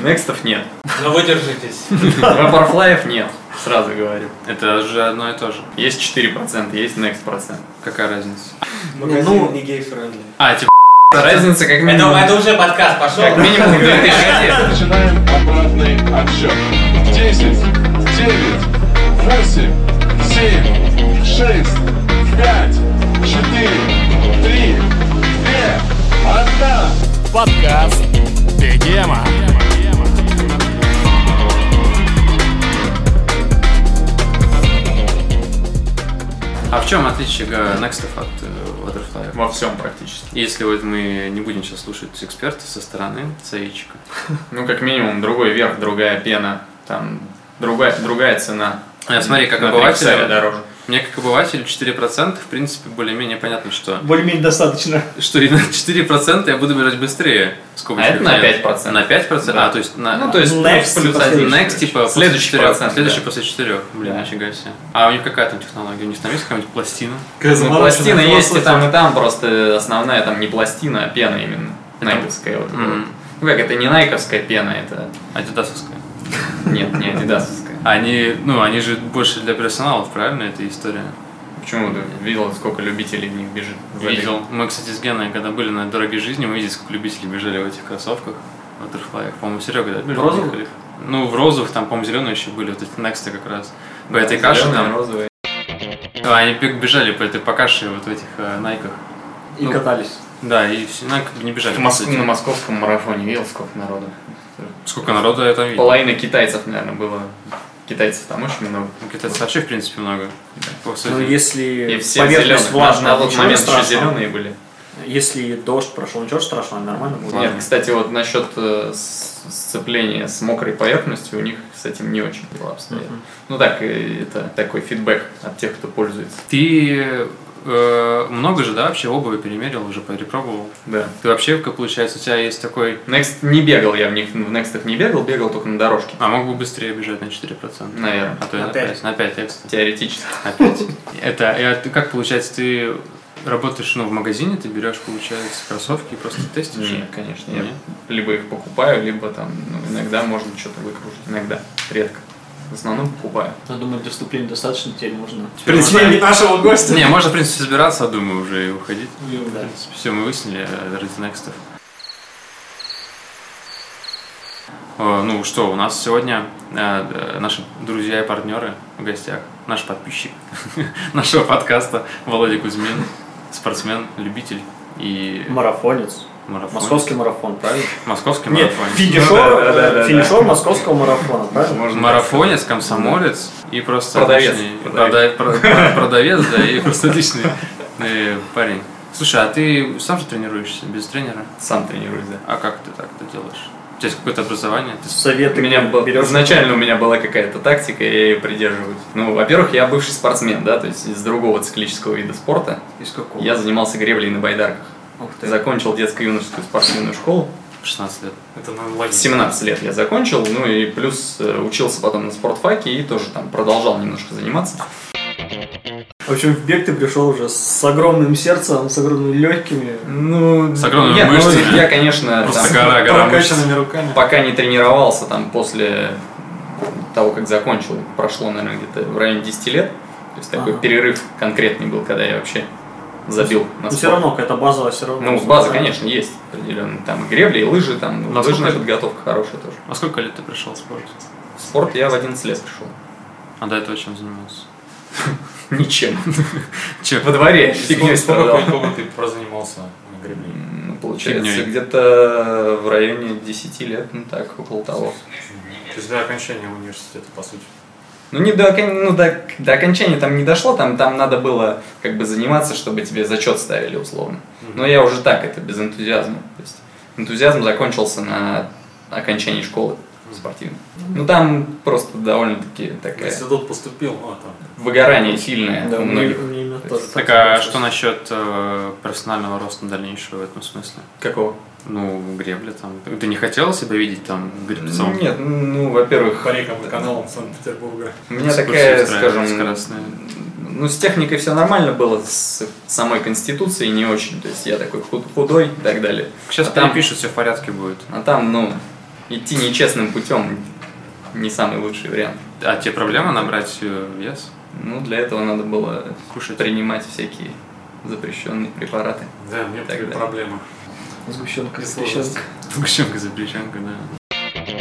Некстов нет. Ну, Но вы держитесь. Рапорфлаев нет, сразу говорю. Это же одно и то же. Есть 4%, есть next процент. Какая разница? Магазин Ну, не гей-френдли. А, типа, Разница как Это, минимум, это уже подкаст пошел. как минимум 2000 газет. Начинаем обратный отсчет. 10, 9, 8, 7, 6, 5, 4, 3, 2, 1. Подкаст Бегема. а в чем отличие э, Next от э, Butterfly? Во всем практически. Если вот мы не будем сейчас слушать эксперта со стороны советчика. Ну, как минимум, другой верх, другая пена, там, другая, другая цена. Э, Смотри, как э, На три косаря обыватель, дороже. мне как обывателю 4%, в принципе, более-менее понятно, что Более-менее достаточно. что и на 4% я буду бежать быстрее. А это на 5%. э, На 5%? Да. А, то есть на... Ну, то есть, Next, плюс типа, один. следующий. Next, типа, после Следующий четырёх. процент, Следующий да. после четырех. Блин, Да. нифига себе. А у них какая там технология? У них там есть какая-нибудь пластина? Ну, Замороченная пластина есть и философия. там, и там, просто основная там не пластина, а пена именно. Найковская вот. эта вот. М, Ну как, это не найковская пена, это... Адидасовская. Нет, не адидасовская. Они, ну, они же больше для персоналов, правильно, эта история? Почему ты видел, сколько любителей в них бежит? за лигу? Видел. Мы, кстати, с Геной, когда были на «Дороге жизни», мы видели, сколько любителей бежали в этих кроссовках. В Butterfly. По-моему, Серега, да, бежал? В розовых? Николаев? Ну, в розовых, там, по-моему, зеленые еще были, вот эти Next как раз. По этой Зелёные, каше там. розовые. А, Они бег- бежали по этой по каше вот в этих э, найках. И Ну, катались. Да, и все, ну, как бы не бежали. В по Мос- сути. на московском марафоне видел, сколько народу? Сколько народу я там видел? Половина китайцев, наверное, было. Китайцев там очень много. Ну, Китайцев вообще, в принципе, много. По сути. Ну, И если все поверхность зеленые. На, влажная, на тот ничего момент еще страшного. зеленые были. Если дождь прошел, ничего страшного, нормально будет. Нет, кстати, вот насчет э, с- сцепления с мокрой поверхностью у них с этим не очень было обстоят. Ну так, э, это такой фидбэк от тех, кто пользуется. Ты э, много же, да, вообще обуви перемерил, уже перепробовал. Да. Ты вообще, как получается, у тебя есть такой... Next не бегал я в них, в Next не бегал, бегал только на дорожке. А мог бы быстрее бежать на 4%. Наверное. А то и На на пять. 5. На 5, я, кстати. Теоретически. Опять. Это, и, а ты как получается, ты работаешь, ну, в магазине, ты берешь, получается, кроссовки и просто тестишь? Нет, конечно. Я Нет? либо их покупаю, либо там ну, иногда можно что-то выкружить. Иногда. Редко. В основном покупаю. Я думаю, для вступления достаточно, теперь можно... Представили нашего гостя. Не, можно, в принципе, собираться, думаю, уже и уходить. Ну, Да. Все, мы выяснили э, ради некстов. Э, Ну что, у нас сегодня э, э, наши друзья и партнеры в гостях. Наш подписчик нашего подкаста Володя Кузьмин, спортсмен, любитель и Марафонец. марафон. Московский марафон, правильно? Московский Нет, марафон. финишер, Ну, да, да, да, э, да. финишер московского марафона, правильно? Можно Марафонец, комсомолец и просто Продавец. отличный- Продавец. прода- про- про- продавец, да, и просто отличный э, парень. Слушай, а ты сам же тренируешься без тренера? Сам тренируюсь, да. А как ты так это делаешь? У тебя есть какое-то образование? Ты... с- Советы У меня был- берешь? изначально у меня была какая-то тактика, я ее придерживаюсь. Ну, во-первых, я бывший спортсмен, да, то есть из другого циклического вида спорта. Из какого? Я занимался греблей на байдарках. Ух ты. Закончил детско-юношескую спортивную школу. 16 лет. Это надо ловить. В 17 лет я закончил, ну и плюс э, учился потом на спортфаке и тоже там продолжал немножко заниматься. В общем, в бег ты пришел уже с огромным сердцем, с огромными легкими. Ну, С огромными нет, ну, мышцами. я, конечно, там, Просто гора, гора мышц. Прокачанными руками. пока не тренировался там после того, как закончил, прошло, наверное, где-то в районе 10 лет. То есть такой Ага. перерыв конкретный был, когда я вообще забил на Но спорт. все Ну, равно какая-то базовая все равно. Ну, база, конечно, есть определенная. Там и гребли, и лыжи, там ну, Насколько лыжная же? подготовка хорошая тоже. А сколько лет ты пришел в спорт? В спорт я в 11 лет пришел. А до этого чем занимался? Ничем. Чем? Во дворе фигней Сколько, страдал. сколько по-итогу Типа, ты прозанимался на гребне? Ну, Получается, Фигней. где-то в районе 10 лет, ну так, около того. То есть до окончания университета, по сути. Ну, не до, окон- ну, до, до окончания там не дошло, там, там надо было как бы заниматься, чтобы тебе зачет ставили условно. Но я уже так, это без энтузиазма. То есть энтузиазм закончился на окончании школы спортивной. Ну, там просто довольно-таки В такая институт поступил, ну а там. выгорание сильное Да, у ну у многих. меня- у меня именно То тоже есть Так, а что насчет э, профессионального роста дальнейшего в этом смысле? Какого? Ну, гребля там. Ты не хотел себя видеть там гребцом? Нет, ну, во-первых, По рекам и каналам Санкт-Петербурга. у меня Экскурсии такая, устраивать скажем, скоростные. ну, с техникой все нормально было, с самой конституцией не очень. То есть я такой худ- худой и так далее. Сейчас А там- перепишут, все в порядке будет. А там, ну, идти нечестным путем не самый лучший вариант. А тебе проблема набрать э, вес? Ну, для этого надо было Кушать? принимать всякие запрещенные препараты. Да, мне Так, были да. проблемы. Сгущенка, И сгущенка. Сгущенка, запрещенка, да.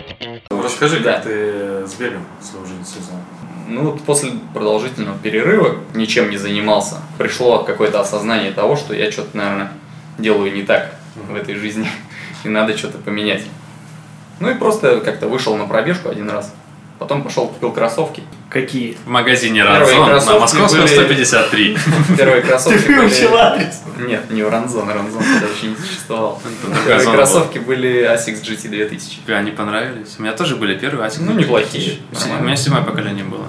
Расскажи, Да. как ты с бегом свою жизнь связал. Ну вот после продолжительного перерыва ничем не занимался. Пришло какое-то осознание того, что я что-то, наверное, делаю не так в этой жизни. И надо что-то поменять. Ну и просто как-то вышел на пробежку один раз. Потом пошел купил кроссовки. Какие? В магазине Первые Ранзон на кроссовки Московском были- 153. Первые кроссовки Ты выучил были... адрес? Нет, не Уранзон, Уранзон тогда еще не существовал. другая Первые зона кроссовки были ASICS GT 2000. Тебе они понравились? У меня тоже были первые Асики. Ну, неплохие. У меня седьмое поколение было.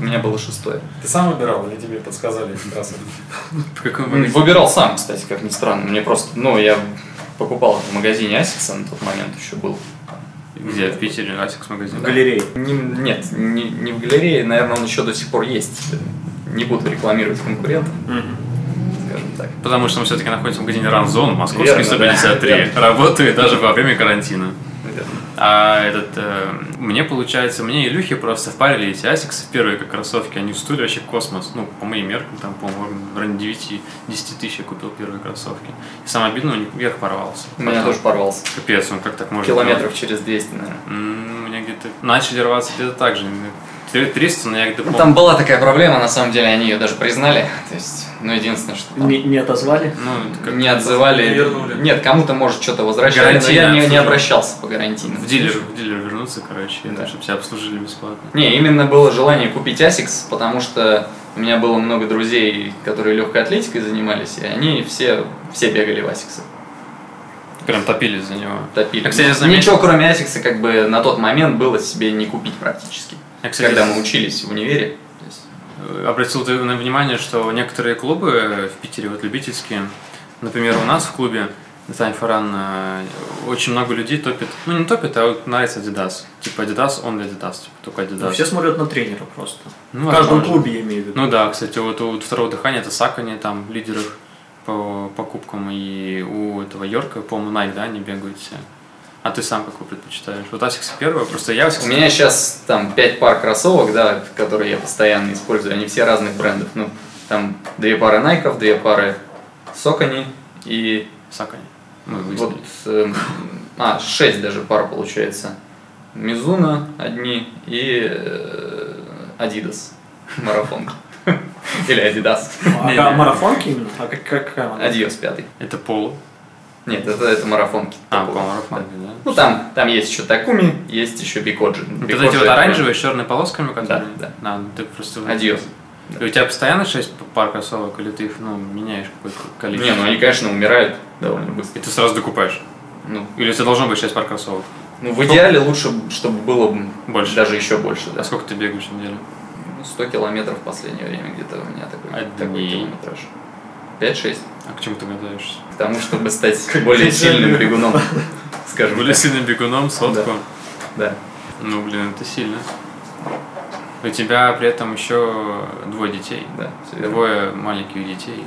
У меня было шестое. Ты сам выбирал или тебе подсказали эти кроссовки? В каком М, Выбирал сам, кстати, как ни странно. Мне просто, ну, я покупал в магазине Асикса на тот момент еще был. Где? В Питере, Асикс магазин. В галерее. Не- нет, не, не в галерее, наверное, он еще до сих пор есть. Не буду рекламировать конкурентов, скажем так. Потому что мы все-таки находимся в магазине Ранзон, Московский Верно, да. 153. Работает даже во время карантина. Наверное. А этот, э, мне получается, мне и Люхе просто впарили эти асиксы первые как кроссовки, они стоили вообще космос. Ну, по моим меркам, там, по-моему, в районе 9-10 тысяч я купил первые кроссовки. И самое обидное, у них вверх порвался. У меня тоже А порвался. Капец, он как так можно Километров через 200, наверное. делать? М, У меня где-то начали рваться где-то так же. м, 300, но я где-то Ну, пом- там была такая проблема, на самом деле, они ее даже признали. То есть, ну, единственное, что там Не, не отозвали? Ну, это как не отзывали. Не вернули. Нет, кому-то, может, что-то возвращали, но я Гарантийное не, не обслуживание. обращался по гарантийному. в дилер, в дилер вернуться, короче, Да. чтобы тебя обслужили бесплатно. Не, именно было желание купить Asics, потому что у меня было много друзей, которые легкой атлетикой занимались, и они все, все бегали в Asics. Прям топили за него. Топили. Я, кстати, заметил- Ничего, кроме Asics, как бы на тот момент было себе не купить практически. Я, кстати, когда мы учились в универе. то есть, обратил ты на внимание, что некоторые клубы э, в Питере, вот любительские, например, у нас в клубе Тань Фаран, э, очень много людей топит, ну не топит, а вот нравится Adidas. Типа Adidas, он для Adidas, типа только Ну, Adidas. Все смотрят на тренера просто. Ну, в каждом возможно. клубе я имею в виду. Ну да, кстати, вот у второго дыхания это Сакани, там лидеры по покупкам, и у этого Йорка, по-моему, Nike, да, они бегают все. А ты сам какой предпочитаешь? Вот Асикс первый, просто я Asics У меня сейчас там 5 пар кроссовок, да, которые я постоянно использую, они все разных брендов. Ну, там две пары Найков, две пары Сокони и Сакани. Мы выяснили. Вот, эм, а, 6 даже пар получается. Мизуна одни и э, Adidas марафон. Или Adidas. А не, ка- не. марафонки именно? А как- как- какая она? Adios пятый. Это Пол. Нет, это, это марафонки. А, Такого. Пол Марафон, да. Ну там, там есть еще Такуми, есть еще Бикоджи. Вот эти вот оранжевые с черной полосками, которые... Да, А, ты просто... Adios. И у тебя постоянно 6 пар кроссовок, или ты их, ну, меняешь какое-то Не, количество? ну они, конечно, умирают довольно быстро. И ты сразу докупаешь? Ну, Или у тебя должно быть 6 пар кроссовок? ну, в идеале лучше, чтобы было м, Больше. даже еще больше. А Да. сколько ты бегаешь в неделю? Ну, 100 километров в последнее время где-то у меня такой, такой Одни. километраж. 5-6. А к чему ты готовишься? к тому, чтобы стать более сильным бегуном, скажем Были так. сильным бегуном, сотку? Да. Ну, блин, это сильно. У тебя при этом еще двое детей. Да, всё верно. Двое маленьких детей.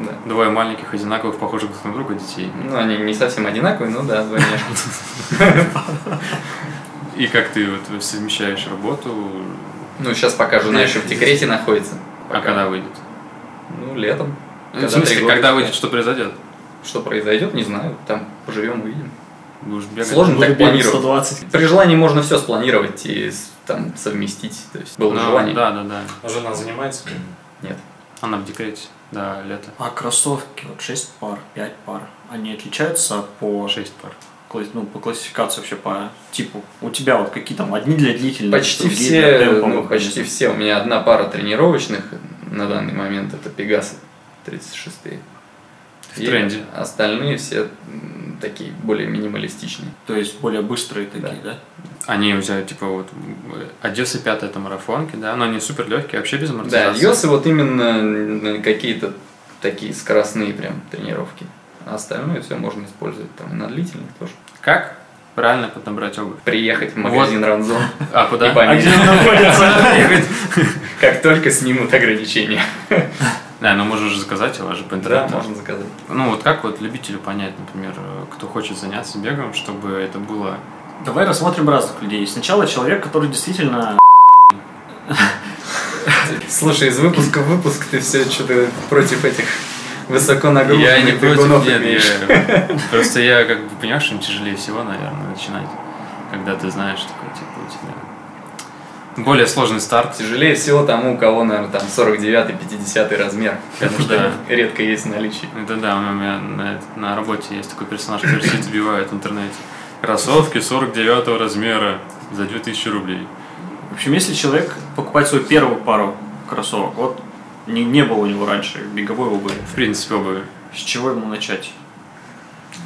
Да. Двое маленьких, одинаковых, похожих друг на друга детей. Ну, они не совсем одинаковые, но да, двойняшки. И как ты вот совмещаешь работу, Ну, сейчас пока жена еще в декрете находится. а когда выйдет? Ну, летом. в смысле, три года, когда да. выйдет, что произойдет? Что произойдет, не знаю. Там поживем, увидим. Будешь бегать? Сложно Буду так бегать планировать. 120. При желании можно все спланировать и с- там совместить. То есть было Ну, желание. Да, да, да. А жена занимается? Нет. Она в декрете. Да, лето. А кроссовки, вот 6 пар, 5 пар, они отличаются по, Шесть пар. кла- ну, по классификации вообще, по типу? У тебя вот какие там, одни для длительных, Почти другие для все, темповых, ну, почти конечно. все. У меня одна пара тренировочных на данный момент это Пегасы 36 В тренде. Остальные все м, такие более минималистичные. То есть более быстрые такие, да? Они у тебя, типа, вот, Одесса пятая, это марафонки, да? Но они супер легкие, вообще без Да, амортизации. Йосы вот именно м, какие-то такие скоростные прям тренировки. А остальное все можно использовать там и на длительных тоже. Как правильно подобрать обувь? Приехать в Вот. магазин Ранзон А, и куда? А где поменять, он находится? как только снимут ограничения. Да, ну можно же заказать его же по Да, интернету. можно заказать. Ну вот как вот любителю понять, например, э, кто хочет заняться бегом, чтобы это было Давай рассмотрим разных людей. Сначала человек, который действительно... Слушай, из выпуска в выпуск ты все что-то против этих высоко нагруженных Я не против, бегунов нет, имеешь. я- Просто я как бы понимаешь, им тяжелее всего, наверное, начинать, когда ты знаешь, такой, типа, у тебя более сложный старт. Тяжелее всего тому, у кого, наверное, там 49-50 размер, потому Да. что редко есть в наличии. Это да, у меня на, на работе есть такой персонаж, который все сбивает в интернете. Кроссовки 49 размера за 2000 рублей. В общем, если человек покупает свою первую пару кроссовок, вот не, не было у него раньше беговой обуви, В принципе, обуви. с чего ему начать?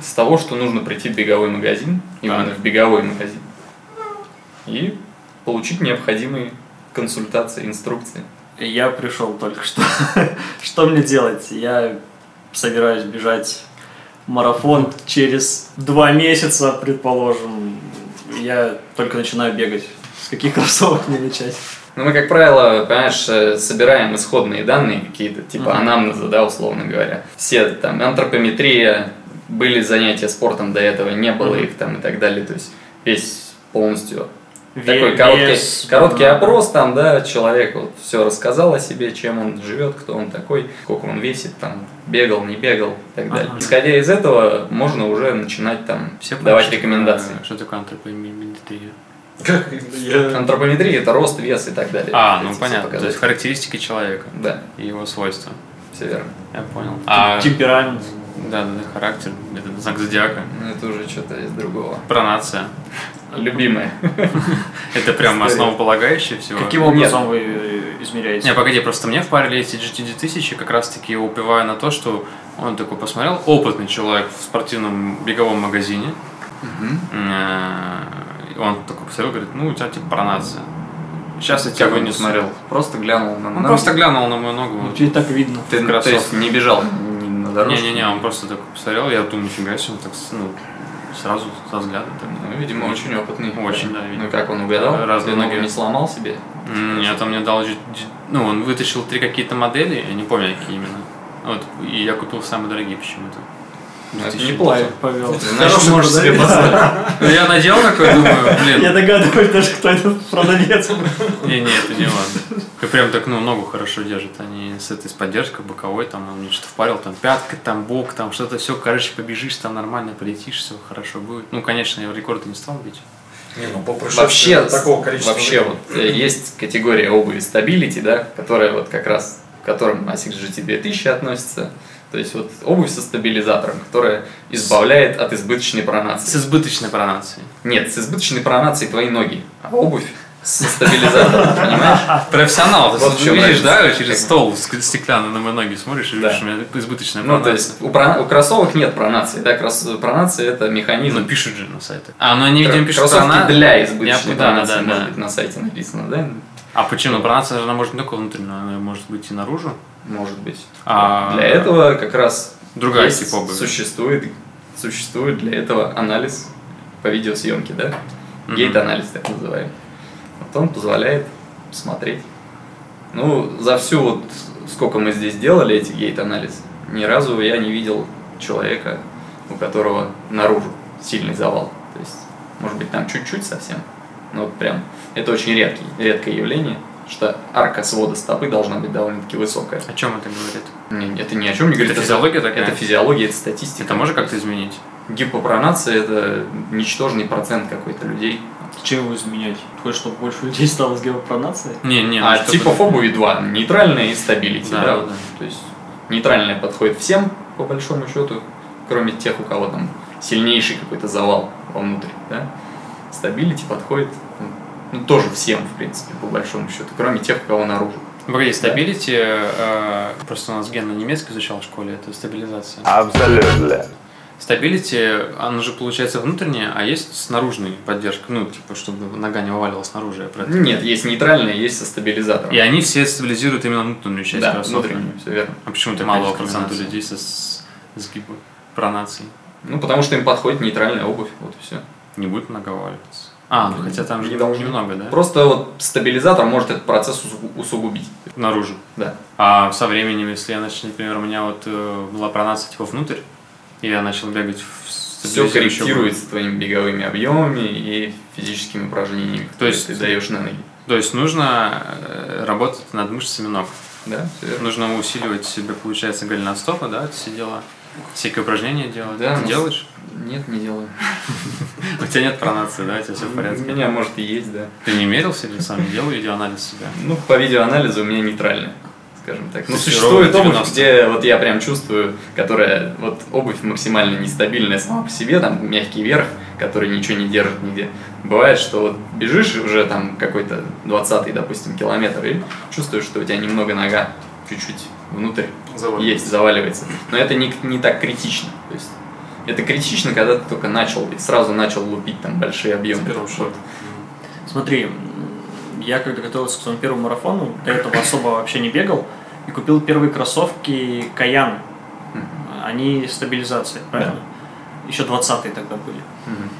С того, что нужно прийти в беговой магазин, именно в беговой магазин, и получить необходимые консультации, инструкции. Я пришел только что. Что мне делать? Я собираюсь бежать марафон через два месяца, предположим. Я только начинаю бегать. С каких кроссовок мне начать? Ну, мы, как правило, понимаешь, э, собираем исходные данные какие-то, типа Мгм. анамнеза, да, условно говоря. Все там антропометрия, были занятия спортом до этого, не было Мгм. их там и так далее. То есть весь полностью Ве- такой короткий, вес, короткий да. опрос там, да, человек вот все рассказал о себе, чем он живет, кто он такой, сколько он весит, там, бегал, не бегал и так далее. Ага. Исходя из этого, можно уже начинать там Все понимают, давать что такое- рекомендации. Что такое антропометрия? Как я... Антропометрия – это рост, вес и так далее. А, Эти ну все понятно. То есть показатели. характеристики человека Да, и его свойства. все верно. Я понял. А, Темперамент. да, да, да, характер, это знак зодиака. Ну, это уже что-то из другого. Пронация. Любимое. Это прям История. основополагающее всего. Каким образом вы э, измеряете? Не, погоди, просто мне в паре лет GT2000 как раз-таки я упиваю на то, что он такой посмотрел, опытный человек в спортивном беговом магазине. Э, и Он такой посмотрел, говорит, ну у тебя типа пронация. Сейчас я тебя Тебя бы не вынесу. смотрел. Просто глянул на Он ноги. Ну, просто глянул на мою ногу. Ну, тебе и так видно. Ты, ну, то кроссовки. есть, не бежал ни на дорожке? Не-не-не, он просто такой посмотрел, я думаю, нифига себе, он так с- ну, сразу со взгляда. так. Ну, видимо, очень опытный. Очень, да, видимо. Ну, как он угадал? Разные Ты ногу ноги. не сломал себе? М, Нет, он мне дал... же- Ну, он вытащил три какие-то модели, я не помню, какие именно. Вот, и я купил самые дорогие почему-то. Ну, Это 2000. неплохо. Павел. Значит, можешь себе позволить. Ну, я надел такой, думаю, Я блин, догадываюсь даже, кто этот продавец. не, не, это не он. И прям так, ну, ногу хорошо держит, они с этой, с поддержкой боковой, там, он мне что-то впарил, там, пятка, там, бок, там, что-то все, короче, побежишь, там, нормально полетишь, все хорошо будет. Ну, конечно, я рекорды не стал бить. Не, ну, по прошествии Вообще, такого количества вообще времени. вот э, есть категория обуви стабилити, да, которая вот как раз к которым а ASICS GT 2000 относится. То есть вот обувь со стабилизатором, которая избавляет от избыточной пронации. С избыточной пронацией. Нет, с избыточной пронацией твои ноги, а обувь со стабилизатором, понимаешь? Профессионал, ты Вот в чем видишь, да, разница. через стол ск- стеклянный на мои ноги смотришь и Да. видишь, у меня избыточная Ну, то пронация. есть у, про- у кроссовок нет пронации, да, кросс- пронация это Ну, механизм. пишут же на сайтах. А, ну они, Кро- видимо, пишут кроссовки прона- для избыточной Я- да, да, пронации, да, может да. быть, на сайте написано, да? А почему? Пронация, она может не только внутренняя, она может быть и наружу. Может быть. А Для этого как раз Другая типа есть- тип обуви. существует, существует для этого анализ по видеосъемке, да? Мгм. Гейт-анализ так называемый. Вот он позволяет смотреть. Ну, за всю вот, сколько мы здесь делали эти гейт-анализы, ни разу я не видел человека, у которого наружу сильный завал. То есть, может быть, там чуть-чуть совсем, но вот прям это очень редкий, редкое явление, что арка свода стопы должна быть довольно-таки высокая. О чем это говорит? Не, это ни о чем не говорит. Это физиология такая? Это физиология, это статистика. Это можно как-то изменить? Гипопронация – это ничтожный процент какой-то людей. Чем его изменять? Хочешь, чтобы больше людей стало с геопронацией? Не, не, ну, а чтобы- типов обуви два – нейтральная и стабилити. Да, Да, да, вот. да. То есть нейтральная подходит всем, по большому счету, кроме тех, у кого там сильнейший какой-то завал вовнутрь. Да? Стабилити подходит ну, тоже всем, в принципе, по большому счету, кроме тех, у кого наружу. Ну, Погоди, стабилити, э, просто у нас Ген на немецком изучал в школе, это стабилизация. Абсолютно. Стабилити, она же получается внутренняя, а есть снаружная поддержка, ну, типа, чтобы нога не вываливалась снаружи, я про это. Нет, есть нейтральная, есть со стабилизатором. И они все стабилизируют именно внутреннюю часть да, кроссовка. внутреннюю, все верно. А почему-то Такая малого дискриминация. процента людей со с- сгибом пронацией Ну, потому что им подходит нейтральная обувь, вот и все. не будет нога вываливаться. А, ну хотя там же Не должно. немного, да? Просто вот стабилизатор может этот процесс усу- усугубить. Наружу. Да. А со временем, если я начну, например, у меня вот э, была пронация типа внутрь, и я начал бегать в- с Все стабилизирующего корректируется твоими беговыми объемами и физическими упражнениями, То которые есть- ты даешь на ноги. То есть нужно э, работать над мышцами ног. Да, всё верно. Нужно усиливать себе, получается, голеностопы, да, это все дела. Всякие упражнения делать. Да, Ты ну, делаешь? Нет, не делаю. У тебя нет пронации, да, у тебя все в порядке. У меня, может, и есть, да. Ты не мерился или сам не делал видеоанализ себя? Ну, по видеоанализу у меня нейтральный, скажем так. Ну, То есть существует ровно обувь, 90. где вот я прям чувствую, которая, вот обувь максимально нестабильная сама по себе, там мягкий верх, который ничего не держит нигде. Бывает, что вот бежишь уже там какой-то 20 допустим, километр, и чувствуешь, что у тебя немного нога чуть-чуть внутрь есть, заваливается. Но это не, не так критично. То есть это критично, когда ты только начал, и сразу начал лупить там большие объемы. Вот. Смотри, м, я когда готовился к своему первому марафону, до этого особо вообще не бегал, и купил первые кроссовки Каян. Мгм. Они стабилизации, правильно? Еще 20-е тогда были. Мгм.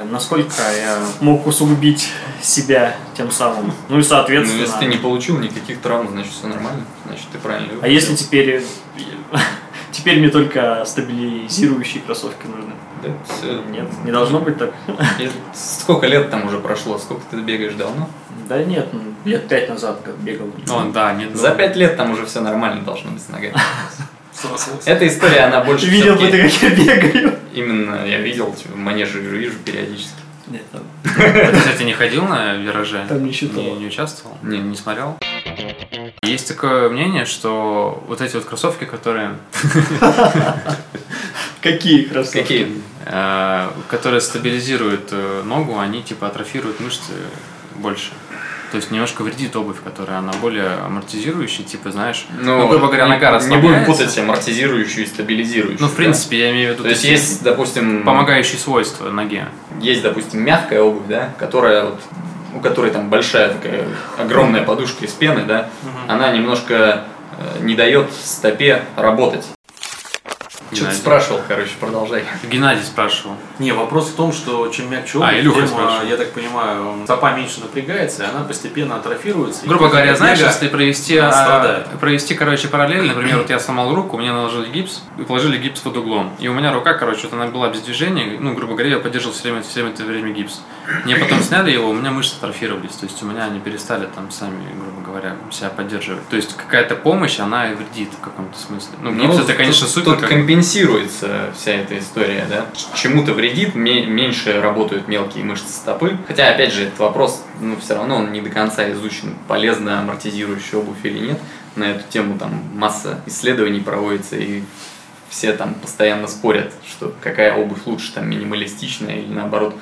Э, Насколько я мог усугубить себя тем самым? Ну и Ну, соответственно... если ты не получил никаких травм, значит все нормально, значит ты правильно А если теперь... э, Теперь мне только стабилизирующие кроссовки нужны. Да, все. Нет, не должно быть так. Сколько лет там уже прошло? Сколько ты бегаешь давно? Да нет, ну, лет пять назад как бегал. Ну, да, нет. За пять лет там уже все нормально должно быть с ногами. Срослось. Эта история, она больше Видел бы всё-таки- ты, как я бегаю. Именно я видел, типа, в манеже же вижу периодически. Нет, там Ты, кстати, не ходил на вираже? Там не считал. Не, не участвовал? Не. не смотрел? Есть такое мнение, что вот эти вот кроссовки, которые, Какие кроссовки? Какие? э, которые стабилизируют э, ногу, они типа атрофируют мышцы больше. То есть немножко вредит обувь, которая она более амортизирующая, типа, знаешь, ну, грубо говоря, не- нога Не расслабляется. будем путать амортизирующую и стабилизирующую. Ну, в да? принципе, я имею в виду, То есть есть, допустим, помогающие свойства ноге. есть, допустим, мягкая обувь, да, которая вот, у которой там большая такая огромная подушка из пены, да, она немножко э, не дает стопе работать. Что ты Геннадий. спрашивал, короче, продолжай. Геннадий спрашивал. Не, вопрос в том, что чем мягче А, обувь, Илюха тем, спрашивает. я так понимаю, стопа меньше напрягается, и она постепенно атрофируется. И Типа Грубо говоря, знаешь, бега- если провести, она а, страдает. провести, короче, параллель, например, вот я сломал руку, мне наложили гипс, и положили гипс под углом. И у меня рука, короче, вот она была без движения, ну, грубо говоря, я поддерживал все время, все время это время гипс. Мне потом сняли его, у меня мышцы атрофировались, то есть у меня они перестали там сами, грубо говоря, себя поддерживать. То есть какая-то помощь, она и вредит в каком-то смысле. Ну, гипс это, тут- конечно, супер, Тут как- компенсируется вся эта история, да. Ч- Чему-то вредит, ме- меньше работают мелкие мышцы стопы. Хотя, опять же, этот вопрос, ну, все равно он не до конца изучен, полезна амортизирующая обувь или нет. На эту тему там масса исследований проводится, и все там постоянно спорят, что какая обувь лучше, там, минималистичная или, наоборот,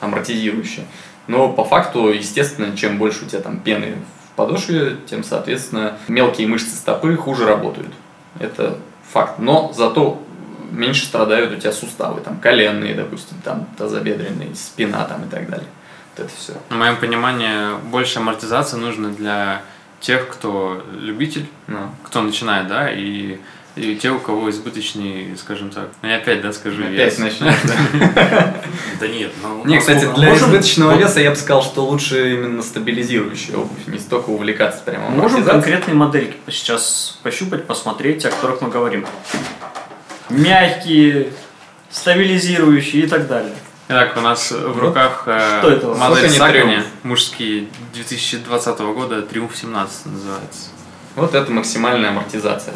амортизирующая. Но по факту, естественно, чем больше у тебя там пены в подошве, тем, соответственно, мелкие мышцы стопы хуже работают. Это факт. Но зато меньше страдают у тебя суставы, там коленные, допустим, там тазобедренные, спина там и так далее. Вот это все. в моем понимании, больше амортизации нужно для тех, кто любитель, Ну, кто начинает, да, и, и те, у кого избыточный, скажем так. Ну, я опять, да, скажу Опять вес. начнешь, да? Да нет, ну... Не, кстати, насколько- для Можем- избыточного веса я бы сказал, что лучше именно стабилизирующая обувь, не столько увлекаться прямо А Можем амортизацией. конкретные модельки по- сейчас пощупать, посмотреть, о которых мы говорим. Мягкие, стабилизирующие и так далее. Итак, у нас в Ну, руках э, Что это у вас? Сколько модель они Сакони, «Триумф»? мужские 2020 года, Триумф 17 называется. Вот это максимальная амортизация.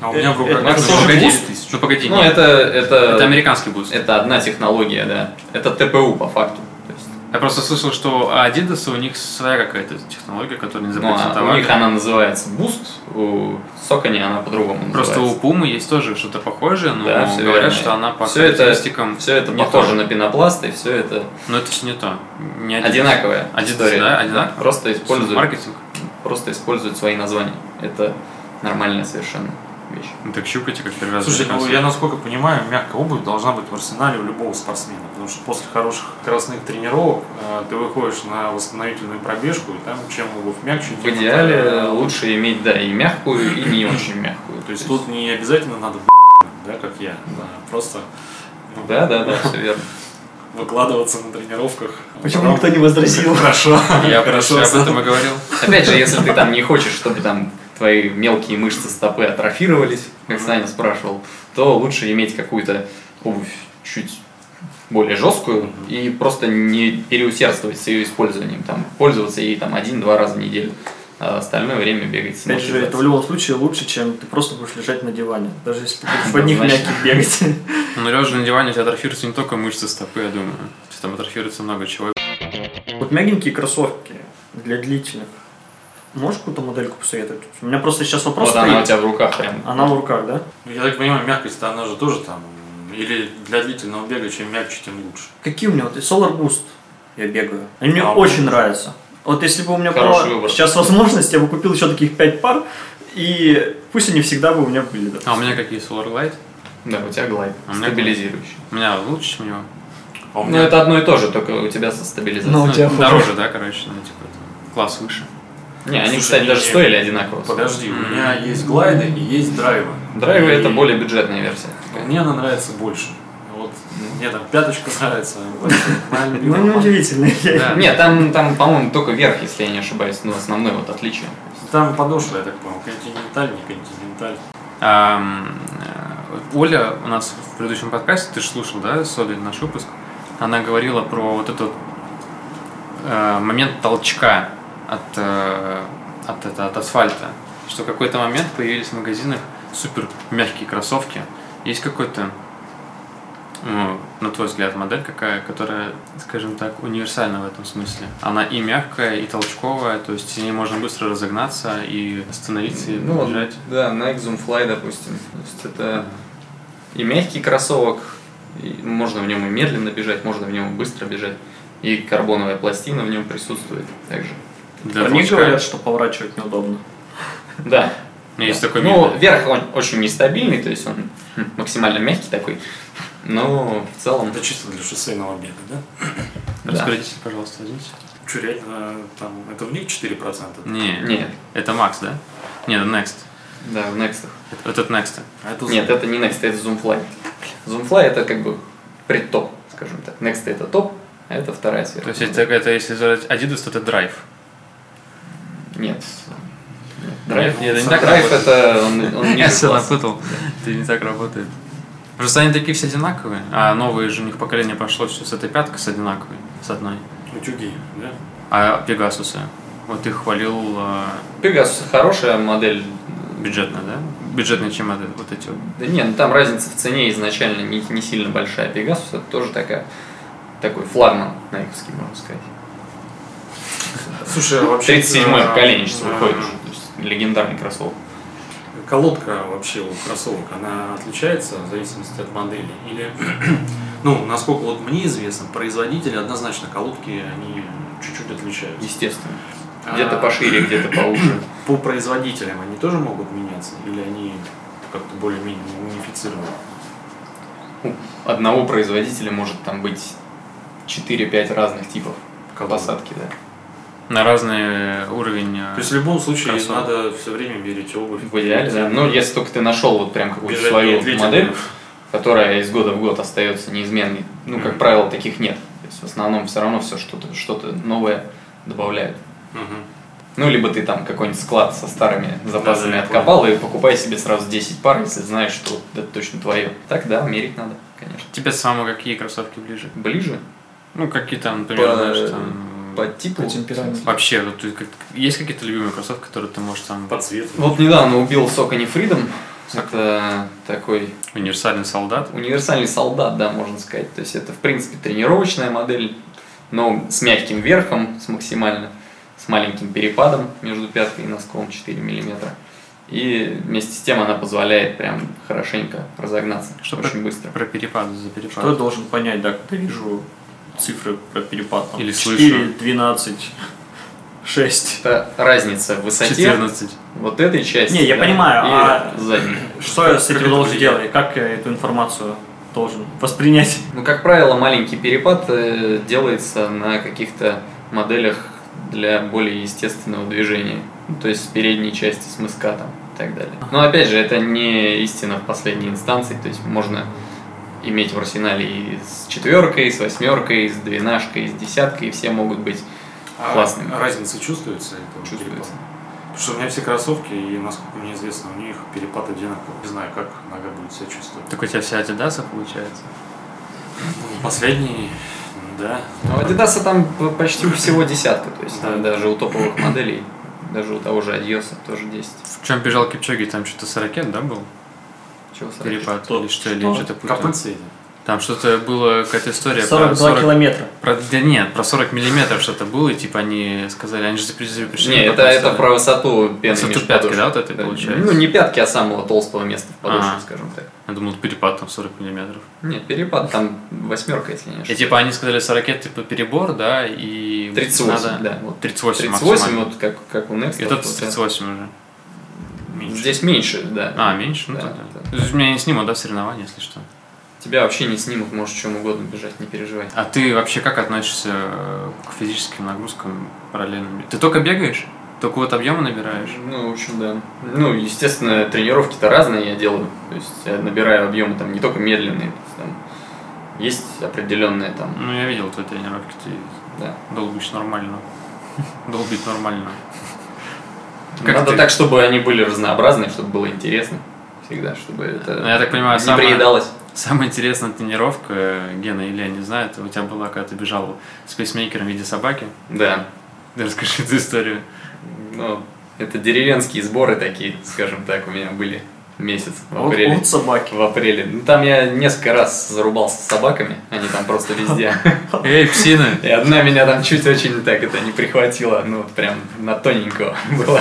А у меня Э, в руках... Это как ну, раз погоди, 9 тысяч. ну погоди, Ну, нет. это, это, Это американский буст. это одна технология, да. Это ТПУ по факту. То есть, Я просто слышал, что у Adidas у них своя какая-то технология, которую не ну, а у запатентовали. них она называется Boost, у Сокони она по-другому называется. Просто у Пумы есть тоже что-то похожее, но Да, всё говорят, верно. что она по Всё это- характеристикам... Все это не похоже то. на пенопласт, и все это Но это все не то. Не Adidas. одинаковая Adidas, история. да, одинаково. Просто используют, Маркетинг. просто используют свои названия. Это нормальная совершенно вещь. Ну, так щупайте, как первый раз. Слушай, ну, американцы. я насколько понимаю, мягкая обувь должна быть в арсенале у любого спортсмена, потому что после хороших красных тренировок э, ты выходишь на восстановительную пробежку, и там чем обувь мягче, В тем идеале это- лучше иметь, да, и мягкую, и не очень мягкую. То есть тут не обязательно надо да, как я, да, просто ну, Да, да, да, все верно. выкладываться на тренировках. Почему Потом- никто не возразил? Хорошо. Я Хорошо, просто об Сан. этом и говорил. Опять же, если ты там не хочешь, чтобы там твои мелкие мышцы стопы атрофировались, как Саня спрашивал, то лучше иметь какую-то обувь чуть более жесткую и просто не переусердствовать с ее использованием, там, пользоваться ей там один-два раза в неделю, а остальное время бегать с Опять же, это в любом случае лучше, чем ты просто будешь лежать на диване. Даже если ты будешь в одних Однозначно. мягких бегать. Но Ну, лежа на диване у тебя атрофируются не только мышцы стопы, я думаю. То есть Там атрофируется много чего. Вот мягенькие кроссовки для длительных. Можешь какую-то модельку посоветовать? У меня просто сейчас вопрос Вот она у стоит. тебя в руках прям. Она в руках, да? Я так понимаю, мягкость она же тоже там. Или для длительного бега, чем мягче, тем лучше. Какие у меня? Вот и Solar Boost я бегаю. Они мне А, очень нравятся. Вот если бы у меня Хороший была выбор. сейчас возможность, я бы купил еще таких пять пар, и пусть они всегда бы у меня были. да. А у меня какие Solar Light? Да, у тебя глайд, А у меня стабилизирующий. У меня лучше, чем у него. А у Ну, меня это одно и то же, только у тебя со стабилизацией. Ну, у Ну, тебя дороже, да, короче, ну, типа, это класс выше. не, они, Слушай, кстати, даже не- стоили одинаково. Подожди, у меня есть глайды и есть драйвы. Драйвы И это более бюджетная версия. Мне она нравится больше. Вот мне там пяточка нравится. больше. Моя Ну, любимая. неудивительно. Я- Да. Нет, там, там, по-моему, только верх, если я не ошибаюсь, ну, основное вот отличие. Там подошва, я так понял, континенталь, не континенталь. Ам, э, Оля у нас в предыдущем подкасте, ты же слушал, да, с Олей наш выпуск, она говорила про вот этот э, момент толчка от, э, от, это- от асфальта, что в какой-то момент появились в магазинах супер мягкие кроссовки. Есть какой-то, ну, на твой взгляд, модель какая, которая, скажем так, универсальна в этом смысле. Она и мягкая, и толчковая, то есть с ней можно быстро разогнаться и остановиться, и Ну, побежать. да, Nike Zoom Fly, допустим. То есть это и мягкий кроссовок, и можно в нем и медленно бежать, можно в нем и быстро бежать. И карбоновая пластина в нем присутствует также. Для Они толчка. говорят, что поворачивать неудобно. Да. У меня есть такой Ну, миф. верх он очень нестабильный, то есть он хм, максимально мягкий такой. Но в целом... Это чисто для шоссейного бега, да? да. Распорядитесь, пожалуйста, извините. Че, э, реально, там, это в них 4%? Не, Нет, это Макс, да? Нет, это Next. да, в Next. Это- Вот это Next. А это Нет, это не Next, это Zoomfly. Zoomfly это как бы предтоп, скажем так. Next это топ, а это вторая сфера. То есть это, это если взять Adidas, то это драйв. Нет. Драйв, Нет, это не Сам так драйв работает. это он, он Я ниже все класса. напутал. Это не так работает. Просто они такие все одинаковые, а новые же у них поколение пошло все с этой пяткой, с одинаковой, с одной. утюги, да? А Пегасусы, вот их хвалил э, Pegasus хорошая модель. бюджетно, да? Бюджетнее, чем это- вот эти вот. Да нет, ну там разница в цене изначально не, не сильно большая. Pegasus это тоже такая, такой флагман, наиковский, можно сказать. Слушай, а вообще... 37-е а, поколение сейчас а, выходит уже. То есть легендарный кроссовок. Колодка вообще у кроссовок, она отличается в зависимости от модели? Или, ну, насколько вот мне известно, производители однозначно колодки, они чуть-чуть отличаются. Естественно. Где-то А, пошире, где-то поуже. По производителям они тоже могут меняться? Или они как-то более-менее унифицированы? У одного производителя может там быть 4-5 разных типов Колодок. посадки, да. На разный уровень. э, То есть в любом случае Кроссовок. надо все время верить обувь. В идеале, да. Ну, если только ты нашел вот прям какую-то Бежать свою медведем. модель, которая из года в год остается неизменной. Ну, как правило, таких нет. То есть в основном все равно все что-то что новое добавляют. Мгм. Ну, либо ты там какой-нибудь склад со старыми запасами Да, да, я откопал и покупай себе сразу 10 пар, если знаешь, что это точно твое. Так, да, мерить надо, конечно. Тебе самому какие кроссовки ближе? Ближе Ну, какие там, например, По- знаешь, там... по типу. По темпераменту. Вообще, вот ты как- есть какие-то любимые кроссовки, которые ты можешь там... По цвету. Вот недавно убил Сокони Фридом. Это такой Универсальный солдат. универсальный солдат, да, можно сказать. То есть это, в принципе, тренировочная модель, но с мягким верхом, с максимально, с маленьким перепадом между пяткой и носком 4 миллиметра. И вместе с тем она позволяет прям хорошенько разогнаться, Что очень быстро. Про перепады за перепад. Что я должен понять, да, когда вижу цифры про перепад? там, Или 4, слышу. 12, 6. Это Типа, разница в высоте 14. вот этой части. Не, я да, понимаю, и а- задней. Что я с Как этим это должен влияет? делать? Как я эту информацию должен воспринять? Ну, как правило, маленький перепад э, делается на каких-то моделях для более естественного движения. Ну, то есть с передней части, с мыска там и так далее. Но опять же, это не истина в последней инстанции. То есть можно иметь в арсенале и с четверкой, и с восьмеркой, и с двенашкой, и с десяткой, и все могут быть. А Классными. Разница чувствуется? Это вот Чувствуется. перепад? Потому что у меня все кроссовки, и, насколько мне известно, у них перепад одинаковый. Не знаю, как нога будет себя чувствовать. Так у тебя вся Адидаса получается. Ну, Последний, да. Ну, Adidas там п- почти у всего десятка, то есть там Да. даже у топовых моделей, даже у того же Adios тоже 10. В чем бежал Кипчоги? Там что-то с ракет, да, был? Чего сразу? Перепад Что? или что, или Что? что-то путаю. Копытцы эти. Там что-то было, какая-то история а 42 про 40... километра. про- да нет, про 40 миллиметров что-то было, и типа они сказали, они же запрещены. Не, это, это про высоту пены Высоту между пятки, подошв. да, вот этой получается? Ну, не пятки, а самого толстого места в подошве, А. скажем так. Я думал, перепад там 40 миллиметров. Нет, перепад там восьмерка, если не И ошибаюсь. типа они сказали 40, типа перебор, да, и... 38, надо- да. Вот 38, 38, максимально. вот как, как у Next. И вот тут 38 уже. Меньше. Здесь меньше, да. А, меньше? Ну, Да, тогда. да. То есть Меня не снимут, да, соревнования, если что. Тебя вообще не снимут, можешь чем угодно бежать, не переживай. А ты вообще как относишься э, к физическим нагрузкам параллельным? Ты только бегаешь? Только вот объемы набираешь? Ну, в общем, да. Ну, естественно, тренировки-то разные я делаю. То есть я набираю объемы там не только медленные, то есть, там есть определенные там. Ну, я видел твои тренировки, ты Да. долбишь нормально. Долбить нормально. Как Надо ты- так, чтобы они были разнообразные, чтобы было интересно всегда, чтобы это Ну, я так понимаю, не самое- приедалось. Самая интересная тренировка, э, Гена или я не знаю, это у тебя была, когда ты бежал с пейсмейкером в виде собаки. Да. Ты Расскажи эту историю. Ну, это деревенские сборы такие, скажем так, у меня были месяц в Вот, апреле. вот собаки. В апреле. Ну, там я несколько раз зарубался с собаками, они там просто везде. Эй, псина! И одна меня там чуть очень так это не прихватила, ну, вот прям на тоненького было.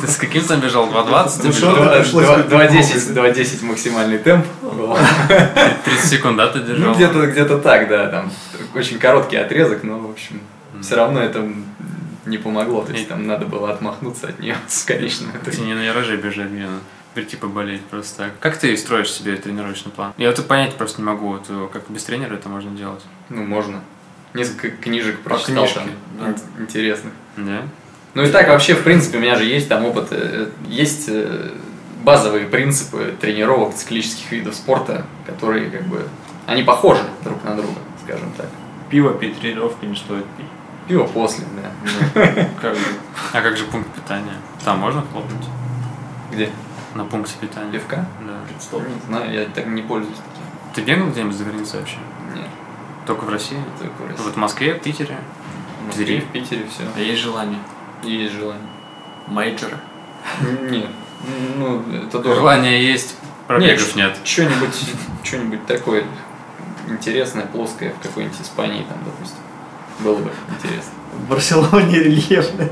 Ты с каким там бежал? 2.20? Ну, Ты бежал? что? пришлось Два- как-то два 2.10 2.10 максимальный темп был. 30 секунд, да, ты Ну, держал? где-то где-то так, да, там очень короткий отрезок, но, в общем, все равно это м, не помогло, то есть там надо было отмахнуться от нее с конечного. Ты не на яраже бежать, Гена. Прийти поболеть просто так. Как ты строишь себе тренировочный план? Я это понять просто не могу. Вот, э, как без тренера это можно делать? Ну, можно. Несколько книжек По прочитал книжке, там, да. ин- интересных. Да? Ну и так вообще, в принципе, у меня же есть там опыт, э, есть э, базовые принципы тренировок циклических видов спорта, которые как бы, они похожи друг на друга, скажем так. Пиво перед тренировкой не стоит пить. Пиво после, да. Ну, Как бы. А как же пункт питания? Там можно хлопнуть? Где? На пункте питания? Пивка? Да. Не знаю, я так не пользуюсь таким. Ты бегал где-нибудь за границей вообще? Нет, Только в России? только в России. Вот в Москве, в Питере? В Москве, Твери? в Питере все. А есть желание? Есть желание. Мейджоры. Нет. Ну, это дорого. Желание есть, пробегов нет. Что-нибудь, что-нибудь такое интересное, плоское в какой-нибудь Испании, там, допустим. Было бы интересно. В Барселоне рельефное.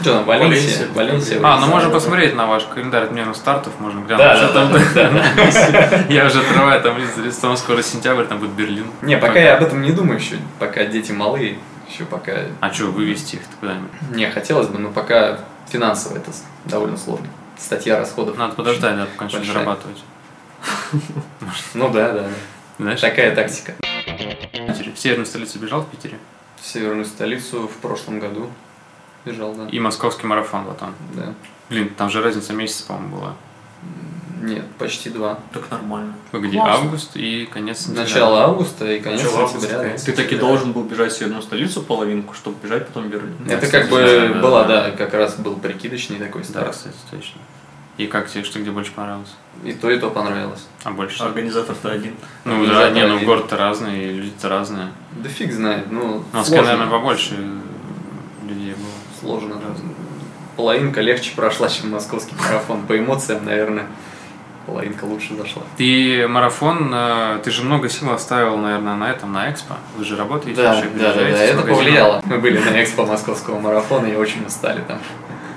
Что там, Валенсия? Валенсия, Валенсия. А, ну Валенсия. можно посмотреть на ваш календарь отмену стартов, можно глянуть, Да, что да, там. Я уже отрываю там лист за листом, скоро сентябрь, там будет Берлин. Не, пока я об этом не думаю еще, пока дети малые, еще пока... А что, вывести их куда-нибудь? Не, хотелось бы, но пока финансово это с- довольно сложно. Статья расходов. Надо подождать, да, пока начнут Большая. зарабатывать. Ну да, да. Знаешь, Такая тактика. в Питере. В северную столицу бежал в Питере. В северную столицу в прошлом году бежал, да. И московский марафон потом. Да. Блин, там же разница месяца, по-моему, была. Нет, почти два. Так нормально. Где август и конец сентября. Начало августа и конец Начало августа, сентября. да. конец Ты таки должен был бежать в северную столицу половинку, чтобы бежать потом в Берлин. Это кстати, как бы да, была, да. да, как раз был прикидочный такой Да, старт. кстати, точно. И как тебе, что где больше понравилось? И то, и то понравилось. А больше? что? Организатор-то один. Ну да, Организатор не, ну один. город-то разный, и люди-то разные. Да фиг знает, ну, У нас, сложно. наверное, побольше людей было. Сложно. Половинка легче прошла, чем московский марафон. По эмоциям, наверное, половинка лучше зашла. Ты марафон, э, ты же много сил оставил, наверное, на этом, на экспо. Вы же работаете, Да, еще и да, да, приезжаете да, с это магазином. повлияло. Мы были на экспо московского марафона и очень устали там.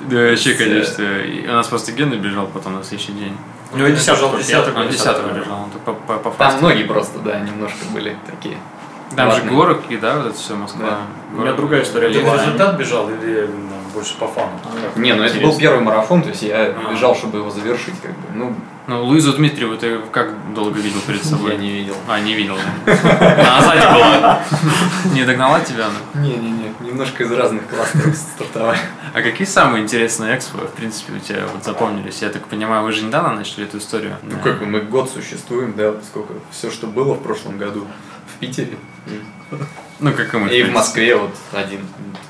Да, вообще, С, э, конечно. И У нас просто Гена бежал потом на следующий день. У него десятка. бежал десятка. Он 10 бежал, А, он по, по, по Там фасту. ноги просто, да, немножко были такие. Там же Ладно. горок и, да, вот это все Москва. Да. У меня другая история. Ты была. на результат бежал или м, больше по фану? А, Как? Не, ну это был Интересно. первый марафон, то есть я А. бежал, чтобы его завершить, как бы. Ну, Ну, Луизу Дмитриеву ты как долго видел перед собой? я не видел. А, не видел. да. Она сзади была. Не догнала тебя она? Не-не-не, немножко из разных кластеров стартовали. А какие самые интересные экспо, в принципе, у тебя вот запомнились? Я так понимаю, вы же недавно начали эту историю. Ну Да. как бы мы год существуем, да, вот сколько все, что было в прошлом году в Питере и- Ну, как и мы. и в принципе. Москве вот один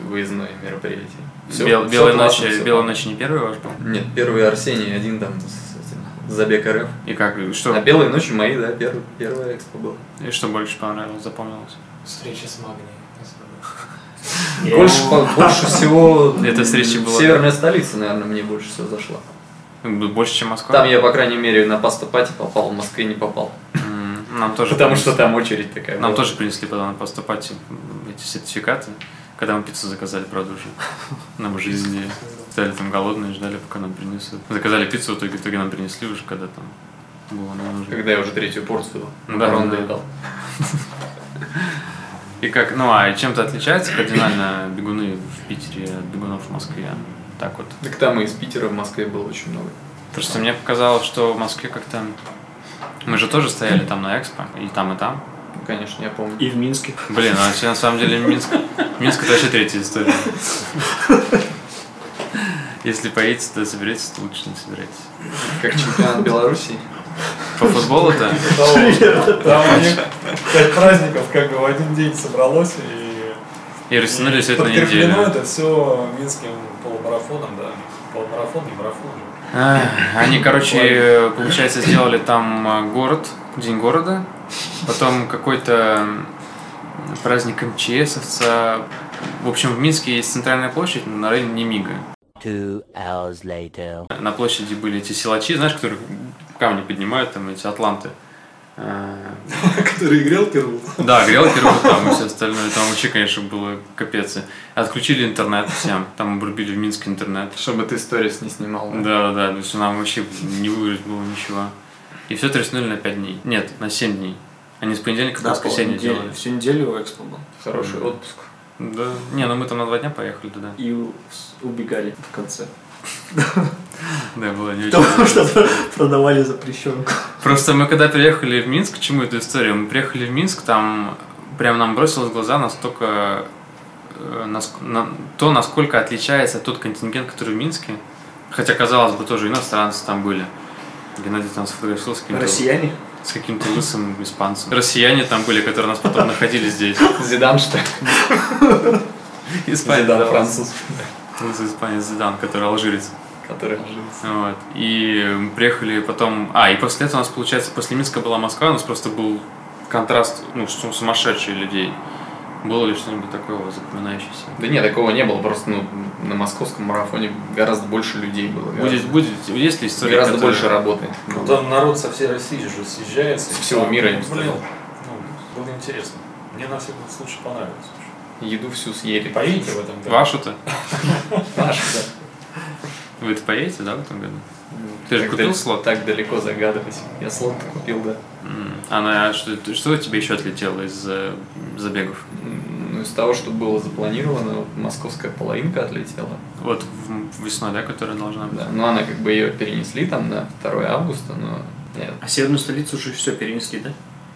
выездное мероприятие. Всё- Бел- всё белая, классно, ночь, всё белая классно. ночь не первый ваш был? Нет, первый Арсений, один там с этим, с Забег РФ. И как, и А что, белые ночи мои, да, первый, первая экспо была. и что больше понравилось, запомнилось? Встреча с магнием. Больше, по- больше всего Эта встреча была- северная столица, наверное, мне больше всего зашла. Как бы Больше, чем Москва? Там я, по крайней мере, на пастопати попал, в Москве не попал. М, Нам тоже Потому принесли- что там очередь такая Нам была. тоже принесли потом на поступать эти сертификаты, когда мы пиццу заказали, правда уже. Нам уже издели. Стали там голодные, ждали, пока нам принесут. Заказали пиццу, в итоге, в итоге нам принесли уже, когда там было нам нужно. Когда я уже третью порцию Да, макарон да. доедал. И как, ну а чем-то отличается кардинально бегуны в Питере от бегунов в Москве? Так вот. Так там и из Питера в Москве было очень много. Просто мне показалось, что в Москве как-то... Мы же тоже стояли там на экспо, и там, и там. Ну, конечно, я помню. И в Минске. Блин, а вообще, на самом деле Минск... Минск это вообще третья история. Если поедете, то соберетесь, то лучше не собирайтесь. Как чемпионат Беларуси. По футболу-то Там у них пять праздников как бы в один день собралось и... и растянули все это на подкреплено неделю. это все минским полумарафоном, да. Полумарафон, не марафон же. Ах, А, Они, короче, э, получается, сделали там э, город, день города, потом какой-то м, праздник МЧСовца. В общем, в Минске есть центральная площадь на районе Немига. Two hours later. На площади были эти силачи, знаешь, которые камни поднимают, там эти атланты. Э, Который играл первый. Да, грелки рвут там и все остальное. Там вообще, конечно, было капец. Отключили интернет всем. Там обрубили в Минске интернет. Чтобы ты сторис не снимал. да? Да, да, то есть нам вообще не выиграть было ничего. И все тряснули на 5 дней. Нет, на 7 дней. Они с понедельника по Да, воскресенье делали. Всю неделю экспо был. Хороший отпуск. Да. Не, ну мы там на два дня поехали туда. И у- с- убегали в конце. Да, было не очень. Потому что продавали запрещенку. Просто мы когда приехали в Минск, к чему эта история? Мы приехали в Минск, там прям нам бросилось в глаза настолько э, наск- на- то, насколько отличается тот контингент, который в Минске. Хотя, казалось бы, тоже иностранцы там были. Геннадий там сфотографировался с каким-то, Россияне? с каким-то лысым испанцем. Россияне там были, которые нас потом находили здесь. Зидан, что ли? Испанец, Зидан да, француз, Лысый испанец Зидан, который алжирец. который... Вот. И мы приехали потом... А, и после этого у нас, получается, после Минска была Москва, у нас просто был контраст, ну, су- сумасшедшие людей. Было ли что-нибудь такого запоминающееся? Да нет, такого не было, просто ну, на московском марафоне гораздо больше людей было. Будет, гораздо- будет, есть ли история, гораздо которая- больше работы. Ну, там народ со всей России же съезжается. Со всего мира им Блин, стало. ну, было интересно. Мне на всякий случай понравилось. Еду всю съели. Поедете в этом году? Вашу-то? Наш, Вы-то поедете, да, в этом году? да. Ты же Так купил дал- слот? Так далеко загадывать. Я слот купил, да. М. А на- что, что у тебя еще отлетело из э, забегов? М, Ну, из того, что было запланировано, вот московская половинка отлетела. Вот в- весной, да, которая должна быть? Да. Ну, она как бы ее перенесли там на 2 августа, но... Нет. А северную столицу уже все перенесли, да?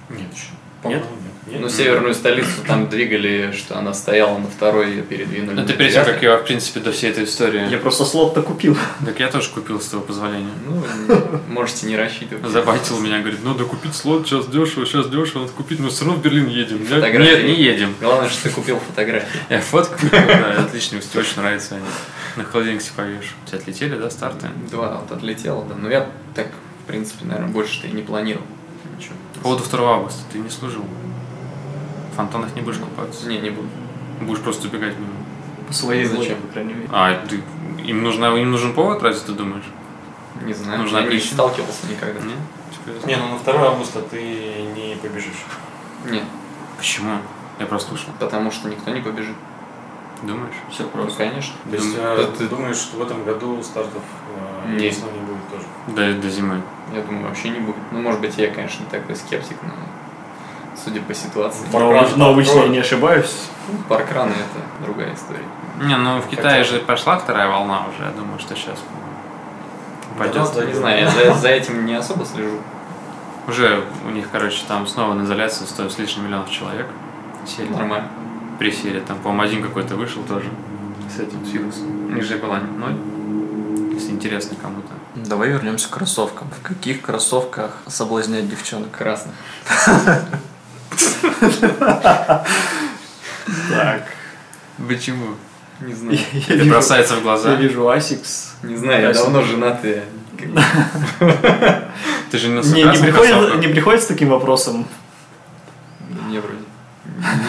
Нет еще. По-моему, нет. Ну, северную столицу там двигали, что она стояла на второй, ее передвинули. Ну, ты на перед тем, девятое. как я, в принципе, до всей этой истории... Я просто слот-то купил. Так я тоже купил с твоего позволения. Ну, не- можете не рассчитывать. Забайтил меня, говорит, надо купить слот, сейчас дешево, сейчас дешево, надо купить, но все равно в Берлин едем. Я- Фотографии. Нет, не едем. Главное, что ты купил фотографии. Я фотку, да, отлично, кстати, очень нравятся они. На холодильник себе повешу. У тебя отлетели, да, старты? Два вот отлетела, да. Но я так, в принципе, наверное, больше-то и не планировал. Ничего. По поводу 2 августа ты не служил. В фонтанах не будешь купаться. Не, не буду. Будешь просто убегать мимо. По своей воле, Зачем? по крайней мере. А, ты, им, нужна, им нужен повод, разве ты думаешь? Не знаю, Нужна я не причина. сталкивался никогда. Нет? Не, ну на 2 августа ты не побежишь. Нет, Почему? Я прослушал. потому что никто не побежит. Думаешь? Все Ну, просто. конечно. То есть Дум- э, да ты ты- думаешь, что в этом году стартов э, Не. весной не будет тоже? До, до зимы. Я думаю, вообще не будет. Ну, может быть, я, конечно, такой скептик, но судя по ситуации. Паркран Но, но обычно я откроют. не ошибаюсь. Паркраны это другая история. Не, ну в Китае Хотя- же пошла вторая волна уже, я думаю, что сейчас Да, пойдет. да, Не знаю, я за, за этим не особо слежу. Уже у них, короче, там снова на изоляцию 100 с лишним миллионов человек сели. Нормально. Присели. Там, по-моему, один какой-то вышел тоже с этим, с вирусом. Ниже была ноль. Если интересно кому-то. Давай вернемся к кроссовкам. В каких кроссовках соблазнять девчонок? Красных. Так. Почему? Не знаю. Я Это вижу- бросается в я глаза. вижу Асикс. Не знаю, я Ясно. давно женат и... как бы, Ты Ну, же не Не, не, приходит, не приходит с таким вопросом. Не вроде.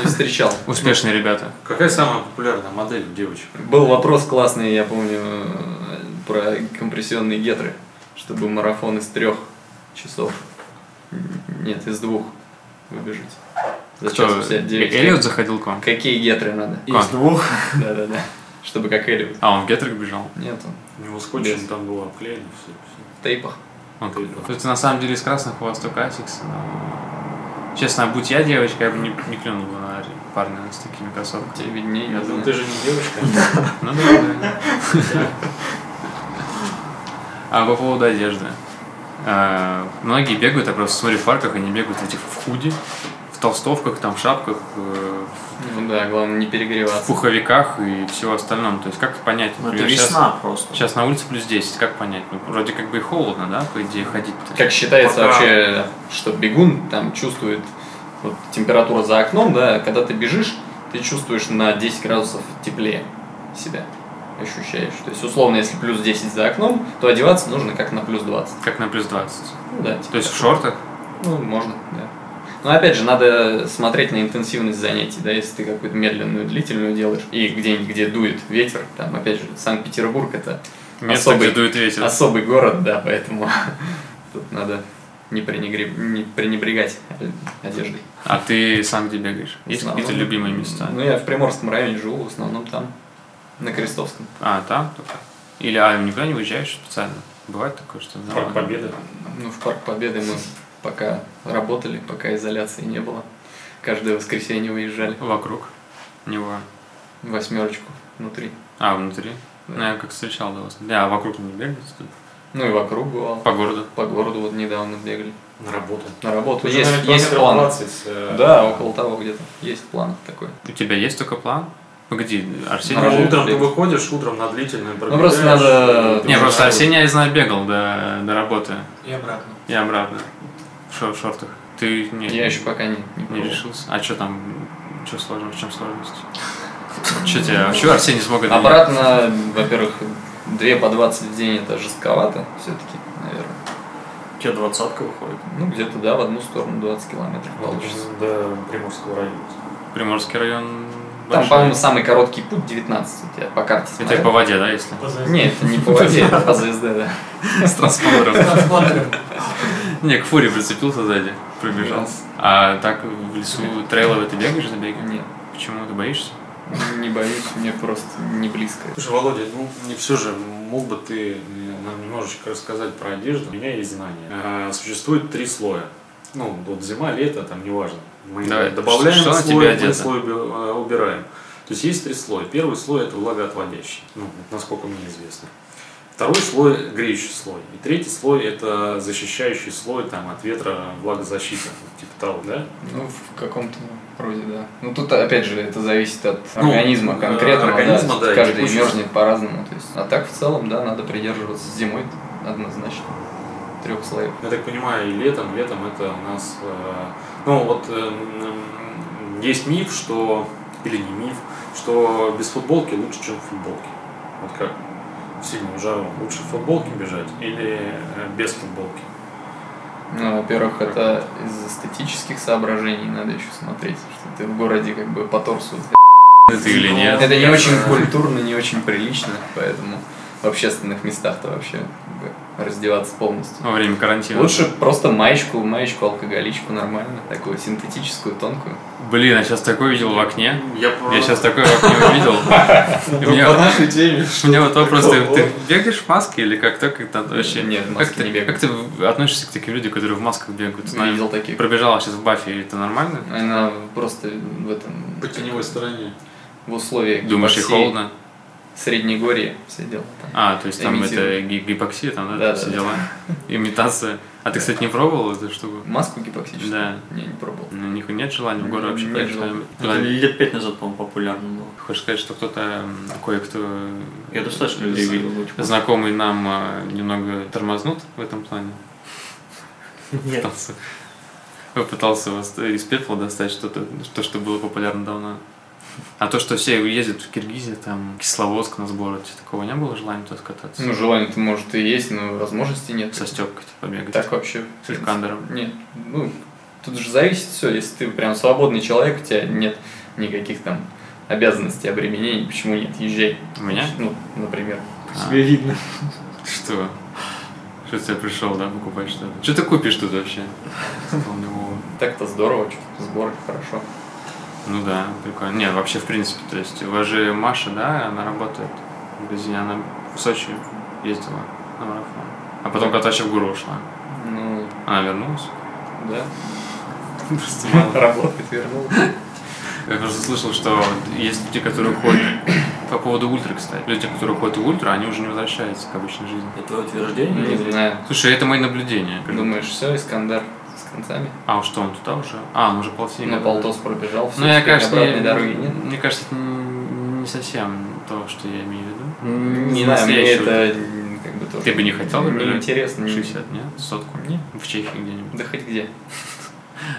Не встречал. Успешные ребята. Какая самая популярная модель у девочек? Был вопрос классный, я помню, э, про компрессионные гетры, чтобы марафон из трех часов, м, нет, из двух выбежать. За час Кто? Э, 59. Эллиот заходил к вам? Какие гетры надо? Из двух. Да-да-да. Чтобы как Эллиот. А, он в Гетрик бежал. Нет, он У него скотчем Без. там было обклеено все. в тейпах. Он говорит, То есть на самом деле из красных у вас только Асикс. Честно, будь я девочка, я бы не, не клюнул бы на парня с такими кроссовками. Тебе виднее. не Ну знаю. ты же не девочка. а Ну да, да. А по поводу одежды. Э, Многие бегают, я просто смотрю в парках, они бегают в этих в худи, в толстовках, там, в шапках, э, Ну да, главное не в перегреваться. пуховиках и всего остальном. То есть как понять, Ну, это например, щас- весна просто. Сейчас на улице плюс 10, как понять? Ну, вроде как бы и холодно, да, по идее, ходить-то. Как считается Пока. вообще, что бегун там чувствует вот, температура за окном, да, когда ты бежишь, ты чувствуешь на 10 градусов теплее себя ощущаешь. То есть, условно, если плюс 10 за окном, то одеваться нужно как на плюс 20. Как на плюс 20. Ну да, типа То есть в так. шортах? Ну, можно, да. Но опять же, надо смотреть на интенсивность занятий, да, если ты какую-то медленную, длительную делаешь, и где-нибудь, где дует ветер, там, опять же, Санкт-Петербург это Место, Особый. где дует ветер. особый город, да, поэтому тут надо не, пренегри- не пренебрегать одеждой. А ты сам где бегаешь? Есть В основном. какие-то любимые места? Ну, я в Приморском районе живу, в основном там, на Крестовском. А, там только? Или а, никуда не уезжаешь специально? Бывает такое, что... да, Парк ладно. Победы. Ну, в Парк Победы мы пока работали, пока изоляции не было. Каждое воскресенье выезжали. Вокруг него. Восьмерочку внутри. А, внутри? Да. Ну, я как встречал до вас. Да, а вокруг не бегаете тут? Ну и вокруг бывал. По городу. По городу вот недавно бегали. На работу. На работу. Уже, есть наверное, есть километров план. 20, э, Да, около того где-то. Есть план такой. У тебя есть только план? Погоди, На Арсений... Ну, работу. утром ты бегать. выходишь, утром на длительное пробегаешь. Ну, просто э, надо- и ты Не, уже просто на Арсений, я знаю, бегал до, до работы И обратно. и обратно. В, шо- в шортах. Ты не, Я еще пока не, не не пробовал. решился? А что там? Что сложно? В чем сложность? Че тебя? Чего Арсений смог это? Обратно, во-первых, 2 по 20 в день это жестковато все-таки, наверное. У тебя двадцатка выходит. Ну, где-то, да, в одну сторону 20 километров работу. Вот, получится. До Приморского района. Приморский район Там, большой. по-моему, самый короткий путь 19 у тебя по карте Это смотрел. и по воде, да, если? Нет, это не по воде, это по ЗСД, да. С трансформером. Трансплантер. Не, к фуре прицепился сзади, пробежал. Да. А так в лесу трейловый ты бегаешь, забегаешь? Нет, Почему ты боишься? не боюсь, мне просто не близко. Слушай, Володя, ну не все же, мог бы ты нам немножечко рассказать про одежду? У меня есть знания. А, Существует три слоя. Ну, вот зима, лето, там неважно. Мы Давай, добавляем что- что на слой, тебе мы одето? слой уби- э, убираем. То есть есть три слоя. Первый слой это влагоотводящий, ну, вот насколько мне известно. Второй слой греющий слой. И третий слой это защищающий слой там, от ветра влагозащита, типа того, да? Ну, в каком-то роде, да. Ну, тут, опять же, это зависит от Ну, организма э, конкретного. организма, да, и Каждый текущего. мерзнет по-разному. То есть. А так, в целом, да, надо придерживаться зимой однозначно трех слоев. Я так понимаю, и летом, летом это у нас... э, ну, вот э, м, есть миф, что... Или не миф, что без футболки лучше, чем в футболке. Вот как? В сильную жару лучше в футболке бежать или э, без футболки? Ну, во-первых, это из эстетических соображений надо еще смотреть, что ты в городе как бы по торсу. Ты или нет? Это не я очень знаю. культурно, не очень прилично, поэтому в общественных местах-то вообще как бы, раздеваться полностью. Во время карантина. Лучше просто маечку, маечку, алкоголичку нормально, такую синтетическую, тонкую. Блин, я сейчас такое видел в окне. Я, Я сейчас такое в окне увидел. И у меня- нашей теме. у меня вот вопрос, ты, ты бегаешь в маске или как так это вообще? Нет, в как маске ты, не бегаю. как ты в- относишься к таким людям, которые в масках бегают? Не видел таких. Пробежала сейчас в Баффе, и это нормально? Она просто в этом... По теневой стороне. В условиях Думаешь, и гипоксии, холодно? Среднегорье все дела. там. А, то есть там это Имитирует. ги- гипоксия, там, да, Да, все да, да. дела? Имитация. А ты, кстати, не пробовал эту штуку? Маску гипоксическую? А. Да. Не, не пробовал. Ну, них нет желания в горы вообще Нет поехать желания. куда-нибудь? Это лет пять назад, по-моему, популярно было. Хочешь сказать, что кто-то, м, кое-кто... э, Я достаточно людей з- видел. очень много. Знакомый нам э, немного тормознут в этом плане? Нет. Пытался- Попытался вас из пепла достать что-то, то, что было популярно давно. А то, что все ездят в Киргизию, там, Кисловодск на сборы, у тебя такого не было желания туда скататься? Ну, желание-то, может, и есть, но возможности нет. Со Степкой-то побегать? Так вообще. С Искандером? Нет, ну, тут же зависит все. Если ты прям свободный человек, у тебя нет никаких там обязанностей, обременений, почему нет, езжай. У меня? Ну, например. А, Тебе видно. Что? Что ты пришел, да, покупать что-то? Что ты купишь тут вообще? Вспомнил Вову. Так-то здорово, что-то сборы, хорошо. Ну да, прикольно. Не, вообще, в принципе, то есть, у вас же Маша, да, она работает в магазине, она в Сочи ездила на марафон. А потом Каташа в гору ушла. Ну, Она вернулась. да. Просто мало. Работает, вернул. Я просто слышал, что есть люди, которые уходят по поводу ультра, кстати. Люди, которые уходят в ультра, они уже не возвращаются к обычной жизни. Это твое утверждение? Не или- знаю. Слушай, это мои наблюдения. Думаешь, все, Искандер с концами? А что, он туда уже? А, он уже полтинник. На полтос пробежал, все, Ну, я, конечно, обратной я- дороги нет. мне кажется, это не совсем то, что я имею в виду. Не Не знаю, мне настоящего. это м, как бы тоже... Ты бы не хотел бы Мне бежать? интересно. не- 60, нет? Сотку? Не. В Чехии где-нибудь. Да хоть где.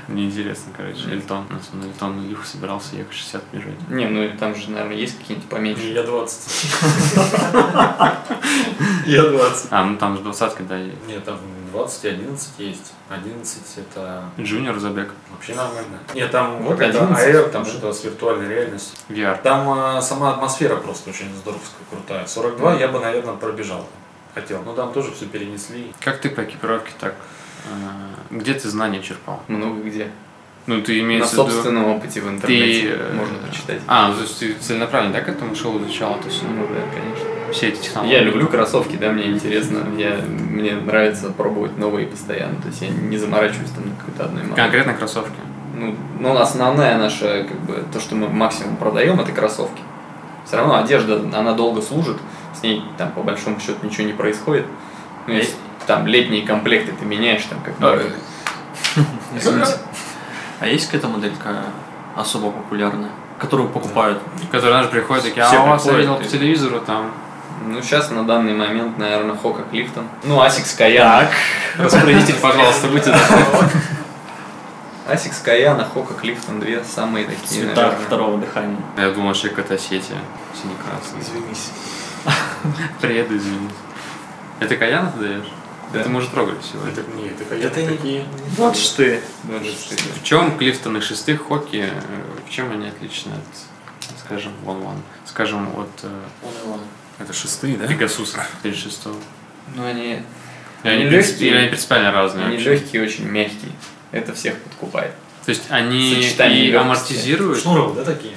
Мне интересно, короче. Эльтон. На самом деле, Эльтон Ильюх собирался ехать 60 бежать. Не, ну и там же, наверное, есть какие-нибудь поменьше. Я 20. Я 20. А, ну там же двадцатка, да, и Нет, там 20 и 11 есть. 11 это Джуниор забег. вообще нормально. Нет, там Вот вот это 11, AR, там да. что-то с виртуальной реальностью. VR. Там э, сама атмосфера просто очень здоровская, крутая. 42 я бы, наверное, пробежал. Хотел. Но там тоже все перенесли. Как ты по экипировке так? э, Где ты знания черпал? Много где. Ну, ты На имеешь в виду... собственном опыте в э, интернете Ты... можно почитать. А, ну, то есть ты целенаправленно, да, к этому шел, изучал это все? Ну да, конечно. Все эти технологии. А, Я люблю кроссовки, да, мне интересно. Я, мне нравится пробовать новые постоянно. То есть я не заморачиваюсь там на какой-то одной марке. Конкретно кроссовки. Ну, ну, основная наша, как бы, то, что мы максимум продаем, это кроссовки. Все равно одежда, она долго служит, с ней там по большому счету ничего не происходит. Ну, если там летние комплекты ты меняешь, там как А, бы. Извините. А есть какая-то моделька особо популярная, которую покупают? Которые наши приходят такие, Все а у вас я приходят, видел по и- телевизору там. Ну, сейчас на данный момент, наверное, Хока Клифтон. Ну, Асикс Каяна. Распорядитель, пожалуйста, будьте Асикс Каяна, Хока Клифтон, две самые В такие, цветах наверное. второго дыхания. Я думал, вообще какая-то сети. Сине-красный. Извинись. Приеду, извините. Это Каяна ты даешь? Да. Это мы уже трогали сегодня. Это не, это какие-то такие. Вот ж ты. Да, да, кстати. В чем Клифтон и шестых Хоки, э, в чем они отличны от, скажем, Вон Ван, скажем, от э, Это шестые, да? Пегасуса или шестого? Ну, они, Или Они, Они принцип- легкие. или они принципиально разные они вообще? легкие, очень мягкие. Это всех подкупает. То есть они Сочетание и легкости. амортизируют? То Шнуров, да, такие?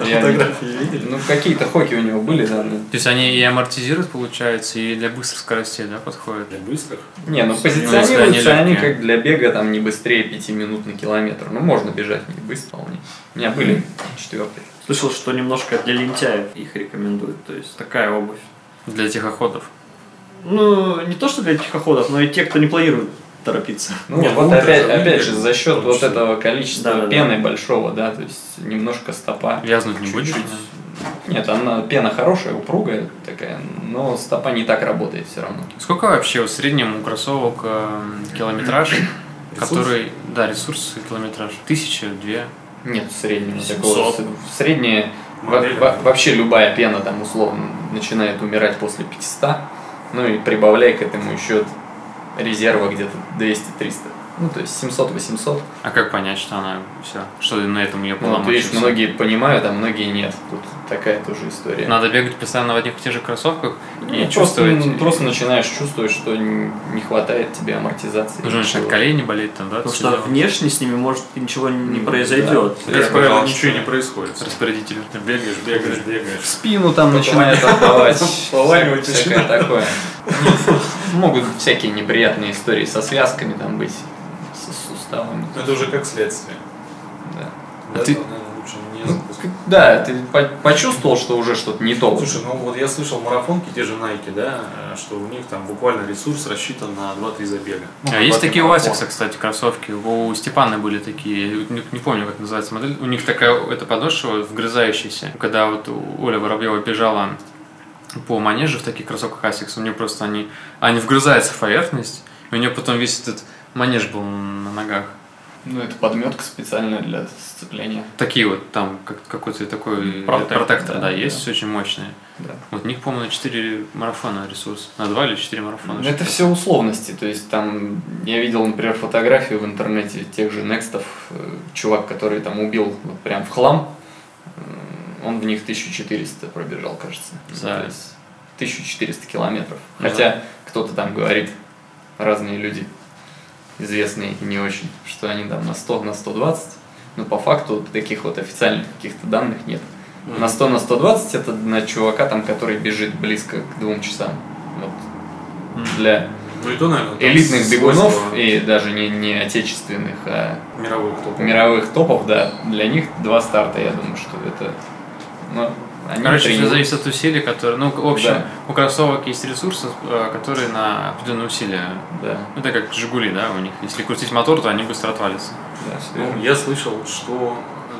Реально. Ну, какие-то хоки у него были, да. ну. но- есть они и амортизируют, получается, и для быстрых скоростей, да, подходят? Для быстрых. Не, ну Если они позиционируются они легкие. как для бега, там не быстрее 5 минут на километр. Ну, можно бежать не быстро вполне. У меня были четвертые. Слышал, что немножко для лентяев их рекомендуют. То есть такая обувь. Для тихоходов. Ну, не то, что для тихоходов, но и те, кто не планирует торопиться. Ну, Нет, вот ультра опять, же опять выиграли, же, за в счет том вот числе. этого количества Да-да-да. пены большого, да, то есть немножко стопа. Вязнуть не будешь? Чуть-чуть. Нет, она пена хорошая, упругая такая, но стопа не так работает все равно. Сколько вообще в среднем у кроссовок э, километраж, Ресурс? который... Да, ресурс и километраж. Тысяча, две. Нет, среднего 700. такого. Средняя, во- Модель. во- вообще любая пена там условно начинает умирать после 500, ну и прибавляй к этому еще резерва где-то 200-300. Ну, то есть 700-800. А как понять, что она все, что на этом ее Ну, вот поломать? видишь, многие понимают, а многие нет. Тут такая тоже история. Надо бегать постоянно в одних и тех же кроссовках Ну, и просто, чувствовать. м, Просто начинаешь чувствовать, что н- не хватает тебе амортизации. Уже начинает Ничего. колени болеть там, да? Потому все что дела. внешне с ними, может, и ничего не М, произойдет. да. Как правило, ничего не происходит. распорядитель. Ты бегаешь, бегаешь, бегаешь. Спину там начинает отдавать. Всякое Пованивать всякое такое. Могут всякие неприятные истории со связками там быть, с с суставами. Ну, Это уже как следствие. А Да. Да, ты- это, наверное, лучше не Ну, запускать. как- Да, ты по- почувствовал, что уже что-то не то. Слушай, ну вот я слышал марафонки, те же Nike, да, э, что у них там буквально ресурс рассчитан на 2-3 забега. А есть такие у Асикса, кстати, кроссовки. У Степана были такие, я не, не помню, как называется модель. У них такая эта подошва вгрызающаяся. Когда вот у- Оля Воробьева бежала по манежу в таких кроссовках Асикс, у нее просто они, они вгрызаются в поверхность, и у нее потом весь этот манеж был на ногах. Ну, это подметка специальная для сцепления. Такие вот там, как, какой-то такой Протектор, протектор, да, да, есть, очень мощные. Да. Вот у них, по-моему, на 4 марафона ресурс. На 2 или 4 марафона. Ну, Это что-то. все условности. То есть там я видел, например, фотографию в интернете тех же Некстов, э, чувак, который там убил вот прям в хлам, э, он в них 1400 пробежал, кажется. Ну, Да. то есть 1400 километров. Да. Хотя кто-то там говорит, разные люди, известные и не очень, что они там на 100, на 120. Но по факту таких вот официальных каких-то данных нет. На 100, на 120 это на чувака там, который бежит близко к двум часам. Вот. Для Ну и то, наверное, там элитных свойства бегунов и даже не, не отечественных, а мировых топов. мировых топов, да, для них два старта, я думаю, что это... Ну, они Короче, все тренируют. зависит от усилий, которые... Ну, в общем, Да. у кроссовок есть ресурсы, э, которые на определенные усилия. Ну, Да, Это как «Жигули», да, у них. Если крутить мотор, то они быстро отвалятся. да, всё Ну, верно. я слышал, что...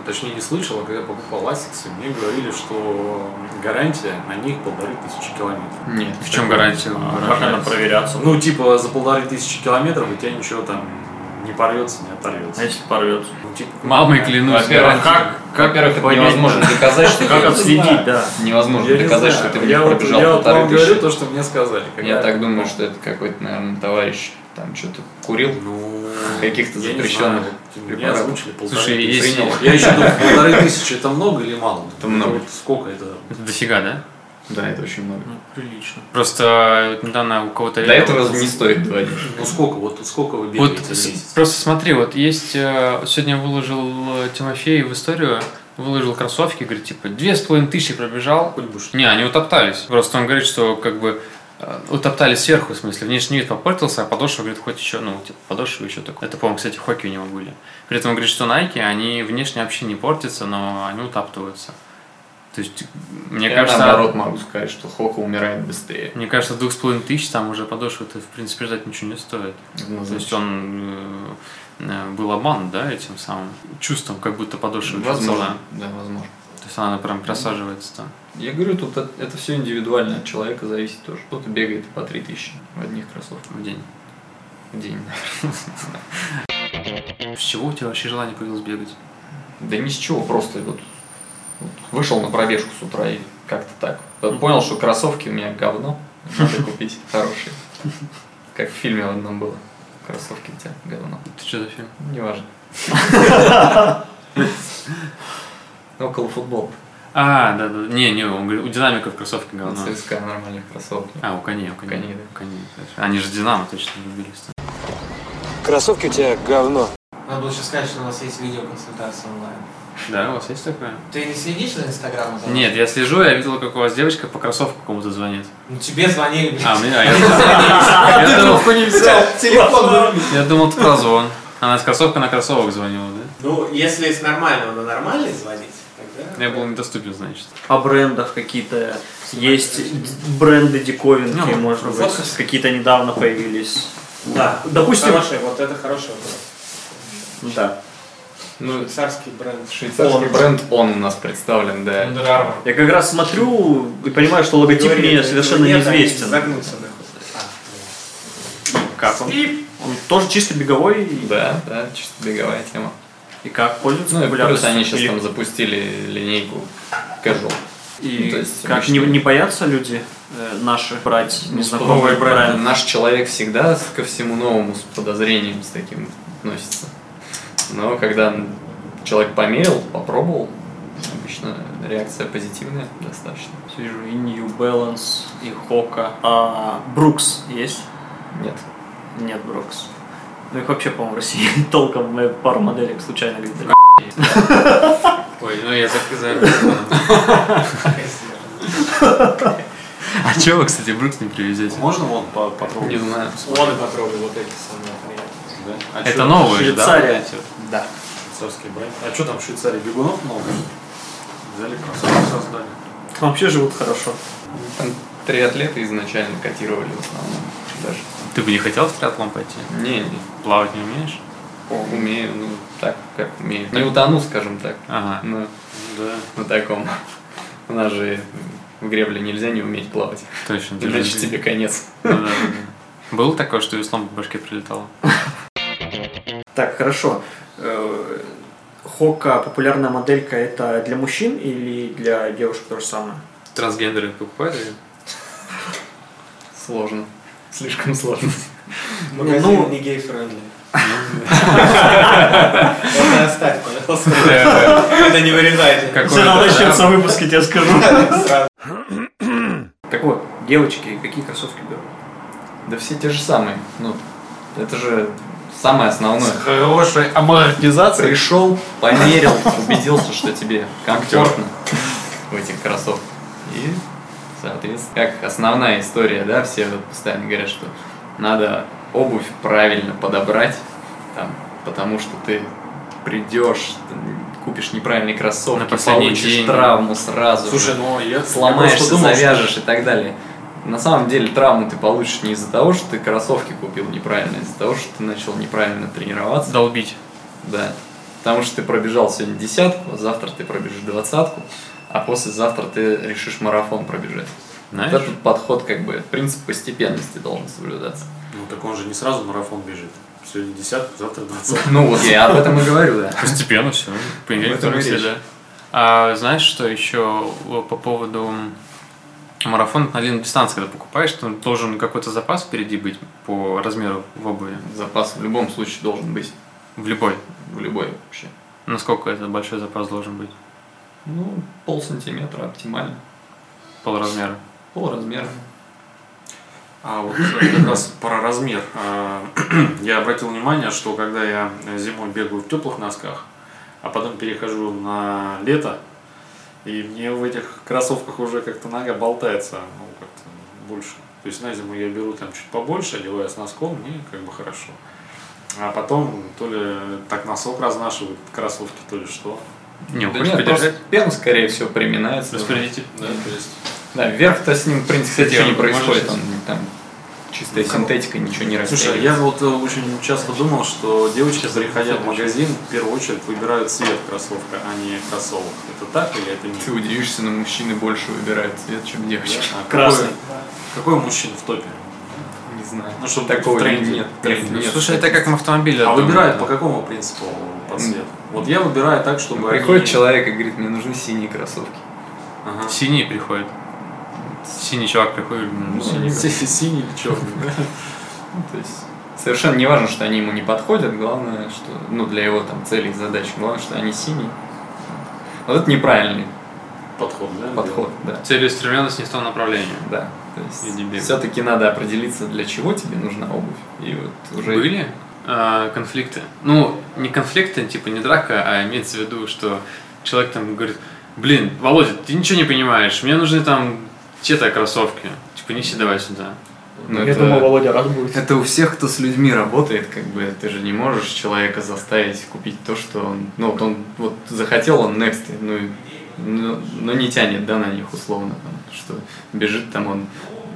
Точнее, не слышал, а когда покупал Асиксы, мне говорили, что гарантия на них полторы тысячи километров. Нет. В чем гарантия? Как она проверяться? Ну, типа, за полторы тысячи километров у тебя ничего там не порвется, не А оторвется. если порвется? Ну, типа, Мамой клянусь. Во-первых, как? как, во-первых, это понять, невозможно доказать, что Как ты- отследить, да. Невозможно я не доказать, знаю. что ты в я них вот- пробежал я вот полторы вам говорю тысячи. то, что мне сказали. Я когда- так думаю, что это какой-то, наверное, товарищ там что-то курил. Ну, Каких-то я не запрещенных знаю. Мне препаратов. озвучили полторы Слушай, тысячи. есть- Принял. Я еще думаю, полторы тысячи это много или мало? Это много. вот сколько это? Это дофига, да? Да, это очень много. Прилично. Просто недавно у кого-то... До этого не стоит доводить. Ну сколько? Вот сколько вы Вот бегаете в с- месяц? просто смотри, вот есть... э, Сегодня выложил э, Тимофей в историю, выложил кроссовки, говорит, типа, две с половиной тысячи пробежал. Хоть бы что. Не, они утоптались. Просто он говорит, что как бы э, утоптались сверху, в смысле, внешний вид попортился, а подошва, говорит, хоть еще, ну, типа, подошва еще такое. Это, по-моему, кстати, хоки у него были. При этом он говорит, что Nike, они внешне вообще не портятся, но они утаптываются. То есть, мне Я кажется, наоборот а- могу сказать, что Хока умирает быстрее. мне кажется, двух с половиной тысяч там уже подошвы-то, в принципе, ждать ничего не стоит. То есть он э, э, был обман, да, этим самым чувством, как будто подошва возможно. жесткая. Да, возможно. То есть она прям просаживается там. Я говорю, тут от- это все индивидуально от человека зависит тоже. Кто-то бегает по 3000 в одних кроссовках в день. в день. С чего у тебя вообще желание появилось бегать? Да ни с чего, просто вот, вот вышел на пробежку с утра и как-то так. Вот Понял, что кроссовки у меня говно, надо купить хорошие. Как в фильме в одном было. Кроссовки у тебя говно. Ну, Ты что за фильм? Неважно. Ну, Около футбола. А, да, да. Не, не, он говорит, у динамиков кроссовки А говно. ЦСКА нормальных кроссовок. нет. А, у коней, у коней. Коней, да. У коней. Они же Динамо точно влюбились. Кроссовки у тебя говно. Надо было еще сказать, что у нас есть видеоконсультация онлайн. Да, А у вас есть такое? Ты не следишь за инстаграмом? за Нет, я слежу, я видел, как у вас девочка по кроссовку кому-то звонит. нами? Ну тебе звонили, блин. А, мне, а я, я думал, я думал, это прозвон. Она с кроссовка на кроссовок звонила, да? Ну, если с нормального на нормальный звонить, тогда... Я был недоступен, значит. О брендах какие-то есть д- бренды диковинки, Ну, может быть, фотка. какие-то недавно появились. Да. Допустим- Хороший, вот это хороший вопрос. Да. Ну, Швейцарский бренд. швейцарский бренд он у нас представлен, да. Under Armour. Я как раз смотрю и понимаю, что логотип мне совершенно неизвестен. Загнуться нахуй. Как он? Он тоже чисто беговой и- Да, да, чисто беговая тема. и как пользуется Ну и плюс популярностью? они сейчас Или- там запустили линейку casual. и ну, то есть Ну, как не, обычные. не боятся люди э, наши брать незнакомые Новый бренд. бренды? Наш человек всегда с- ко всему новому с подозрением с таким относится. Но когда человек померил, попробовал, обычно реакция позитивная достаточно. Вижу и New Balance, и Hoka. А Брукс есть? Нет. Нет, Брукс. Ну их вообще, по-моему, в России толком мы пару моделек случайно где-то. Ой, ну я заказал. А чего вы, кстати, Брукс не привезете? Можно вон по- попробовать? Не знаю. Вон и попробуй вот эти самые приятные. Да? А чё, Это новые же, да? Швейцария. вот эти вот? Швейцарский бренд. А что там в Швейцарии? Бегунов много? Взяли кроссовки создали. Там вообще живут хорошо. Там три атлета изначально котировали в основном. Даже. Ты бы не хотел в триатлон пойти? Не, не. Плавать не умеешь? Умею, ну, так, как умею. Не утону, скажем так. Ага. На, Да. на таком. У нас же в гребле нельзя не уметь плавать. Точно. ты же- Иначе тебе конец. Ну да, да, да. Было такое, что веслом по башке прилетало? Так, хорошо. э, Хока, популярная моделька, это для мужчин или для девушек то же самое? Трансгендеры покупают или? Сложно. Слишком сложно. Магазин Ну. не гей-френдли. Это оставь, пожалуйста. Это не вырезайте. Все равно Какое-то начнется выпуск, я тебе скажу. Сразу. Так вот, девочки, какие кроссовки берут? Да все те же самые. Ну, это же самое основное. хорошая амортизация. Пришел, померил, убедился, что тебе комфортно в этих кроссовках. И, соответственно, как основная история, да, все вот постоянно говорят, что надо обувь правильно подобрать, там, потому что ты придешь, ты купишь неправильные кроссовки, На последний получишь день. травму сразу. же. Слушай, ну я я сломаешься, просто думал, завяжешь и так далее. На самом деле травму ты получишь не из-за того, что ты кроссовки купил неправильно, а из-за того, что ты начал неправильно тренироваться. Долбить. Да. Потому что ты пробежал сегодня десятку, а завтра ты пробежишь двадцатку, а послезавтра ты решишь марафон пробежать. Знаешь? Вот этот подход, как бы, принцип постепенности должен соблюдаться. что- Ну так он же не сразу марафон бежит. Сегодня десятку, завтра двадцать. Ну вот я об этом и говорю, да. Постепенно все. Понедельник, В этом и вторник, речь. среда. А знаешь, что еще по поводу марафона на длинной дистанции, когда покупаешь, то должен какой-то запас впереди быть по размеру в обуви. Запас в любом случае должен быть. В любой. В любой вообще. Насколько это большой запас должен быть? Ну, пол сантиметра оптимально. Полразмера. Пол размера. А вот э, как раз про размер. А, Я обратил внимание, что когда я зимой бегаю в теплых носках, а потом перехожу на лето, и мне в этих кроссовках уже как-то нога болтается, ну, как-то больше. То есть на зиму я беру там чуть побольше, одеваю с носком, и как бы хорошо. А потом то ли так носок разнашивают кроссовки, то ли что. Не, Да Ну, хочешь нет, просто подержать? пена, скорее всего, приминается. Распорядитель. Да, то есть Да, вверх-то с ним, в принципе, Кстати, ничего не а можешь- происходит. Он там чистая синтетика, ничего не Слушай, растягивается. я вот э, очень часто думал, что девочки, заходя в магазин, в первую очередь выбирают цвет кроссовка, а не кроссовок. Это так или это не Ты удивишься, но мужчины больше выбирают цвет, чем девочки. А какой- Красный. Какой мужчина в топе? Не знаю. Ну, чтобы Такого в тренде. нет. тренда нет. Слушай, это как в автомобиле. А там, выбирают э, по какому принципу по цвету? Вот я выбираю так, чтобы Ну, Приходит они- человек и говорит, мне нужны синие кроссовки. Ага. Синий приходит. Синий чувак приходит. м, синий. Ну, Си- Синий или черный? Ну, то есть совершенно не важно, что они ему не подходят, главное, что ну для его там целей и задач, главное, что они синие. Вот это неправильный Подход, да? подход, да. Целеустремленность не в том направлении. Да. То Иди бегай. есть все-таки надо определиться, для чего тебе нужна обувь. И вот уже Были а, конфликты. Ну, не конфликты, типа не драка, а имеется в виду, что человек там говорит, блин, Володя, ты ничего не понимаешь, мне нужны там те-то кроссовки. Типа неси давай сюда. ну, Я это- думаю, Володя рад будет. Это у всех, кто с людьми работает, как бы ты же не можешь человека заставить купить то, что он, ну вот он вот захотел он Next, ну, и- ну, ну, не тянет, да, на них условно, там, что бежит там он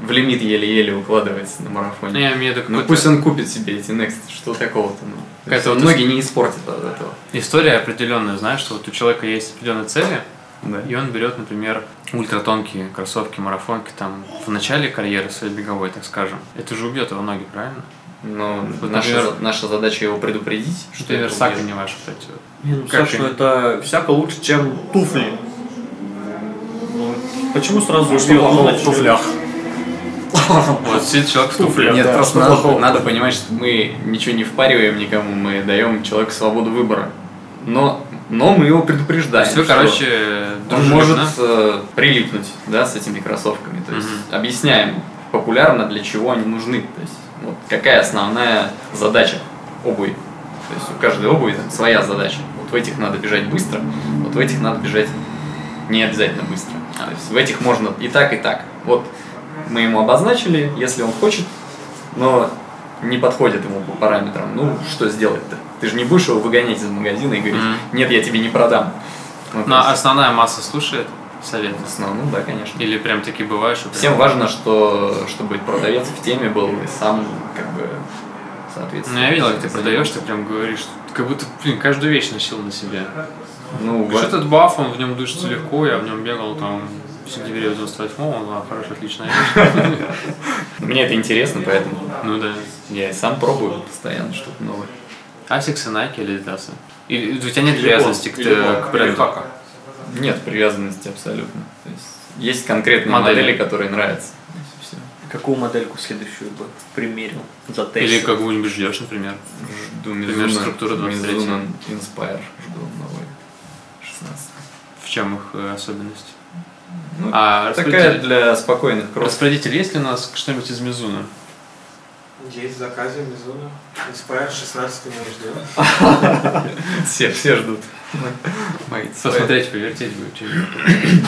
в лимит еле-еле укладывается на Ну, марафоне. я имею в виду Ну какую-то пусть он купит себе эти Next, что такого-то, ну. То есть Какая-то вот ноги не испортит от этого. история определенная, знаешь, что вот у человека есть определенные цели, Да. И он берет, например, ультратонкие кроссовки, марафонки там в начале карьеры своей беговой, так скажем. Это же убьет его ноги, правильно? Но Вот, наша, например- за- наша задача его предупредить, что Например, это сака увижу. не ваши вот эти вот. Не, ну, Как Саш, ну они? это всяко лучше, чем туфли. Ну, Почему сразу Ну, что убил? Ну, плохого в начали. туфлях? Вот сидит человек в туфле. Нет, Да, просто что надо, плохого? надо понимать, что мы ничего не впариваем никому, мы даем человеку свободу выбора. Но, но мы его То предупреждаем. есть вы, что короче, он дружелюбно. может э, прилипнуть да, с этими кроссовками. То есть объясняем популярно, для чего они нужны. То есть вот какая основная задача обуви. То есть у каждой обуви там своя задача. Вот в этих надо бежать быстро, вот в этих надо бежать не обязательно быстро. То есть в этих можно и так, и так. Вот мы ему обозначили, если он хочет, но не подходит ему по параметрам. Ну, что сделать-то? Ты же не будешь его выгонять из магазина и говорить, Мгм. нет, я тебе не продам. Ну, то Но есть- основная масса слушает совет. в основном, да, конечно. Или прям таки бывает, что прям- Всем важно, что, чтобы продавец в теме был и сам, как бы, соответственно. Ну, я видел, как ты занимался. продаешь, ты прям говоришь, как будто, блин, каждую вещь носил на себе. Ну, Что ва- этот баф, он в нем дышится легко, я в нем бегал там в сентябре 98 он, а, хорошо, отличная вещь. Мне это интересно, поэтому Ну да. я и сам пробую постоянно что-то новое. Асикс А и Nike или Adidas? И у тебя нет привязанности к, э, к бренду? Нет привязанности абсолютно. То есть, есть конкретные Модели. модели, которые нравятся. И всё. Какую модельку следующую бы примерил? За Или какую-нибудь ждешь, например? Жду Например, Mizuno- структура 23. Mizuno Inspire. Жду новый. 16. В чем их э, особенность? Ну, а Такая распределитель, для спокойных кросс. распределитель есть ли у нас что-нибудь из Мизуна? Есть в заказе Мизуна. Inspire 16 мы ждем. Все, все ждут. Мои Посмотреть, повертеть будет. что-нибудь.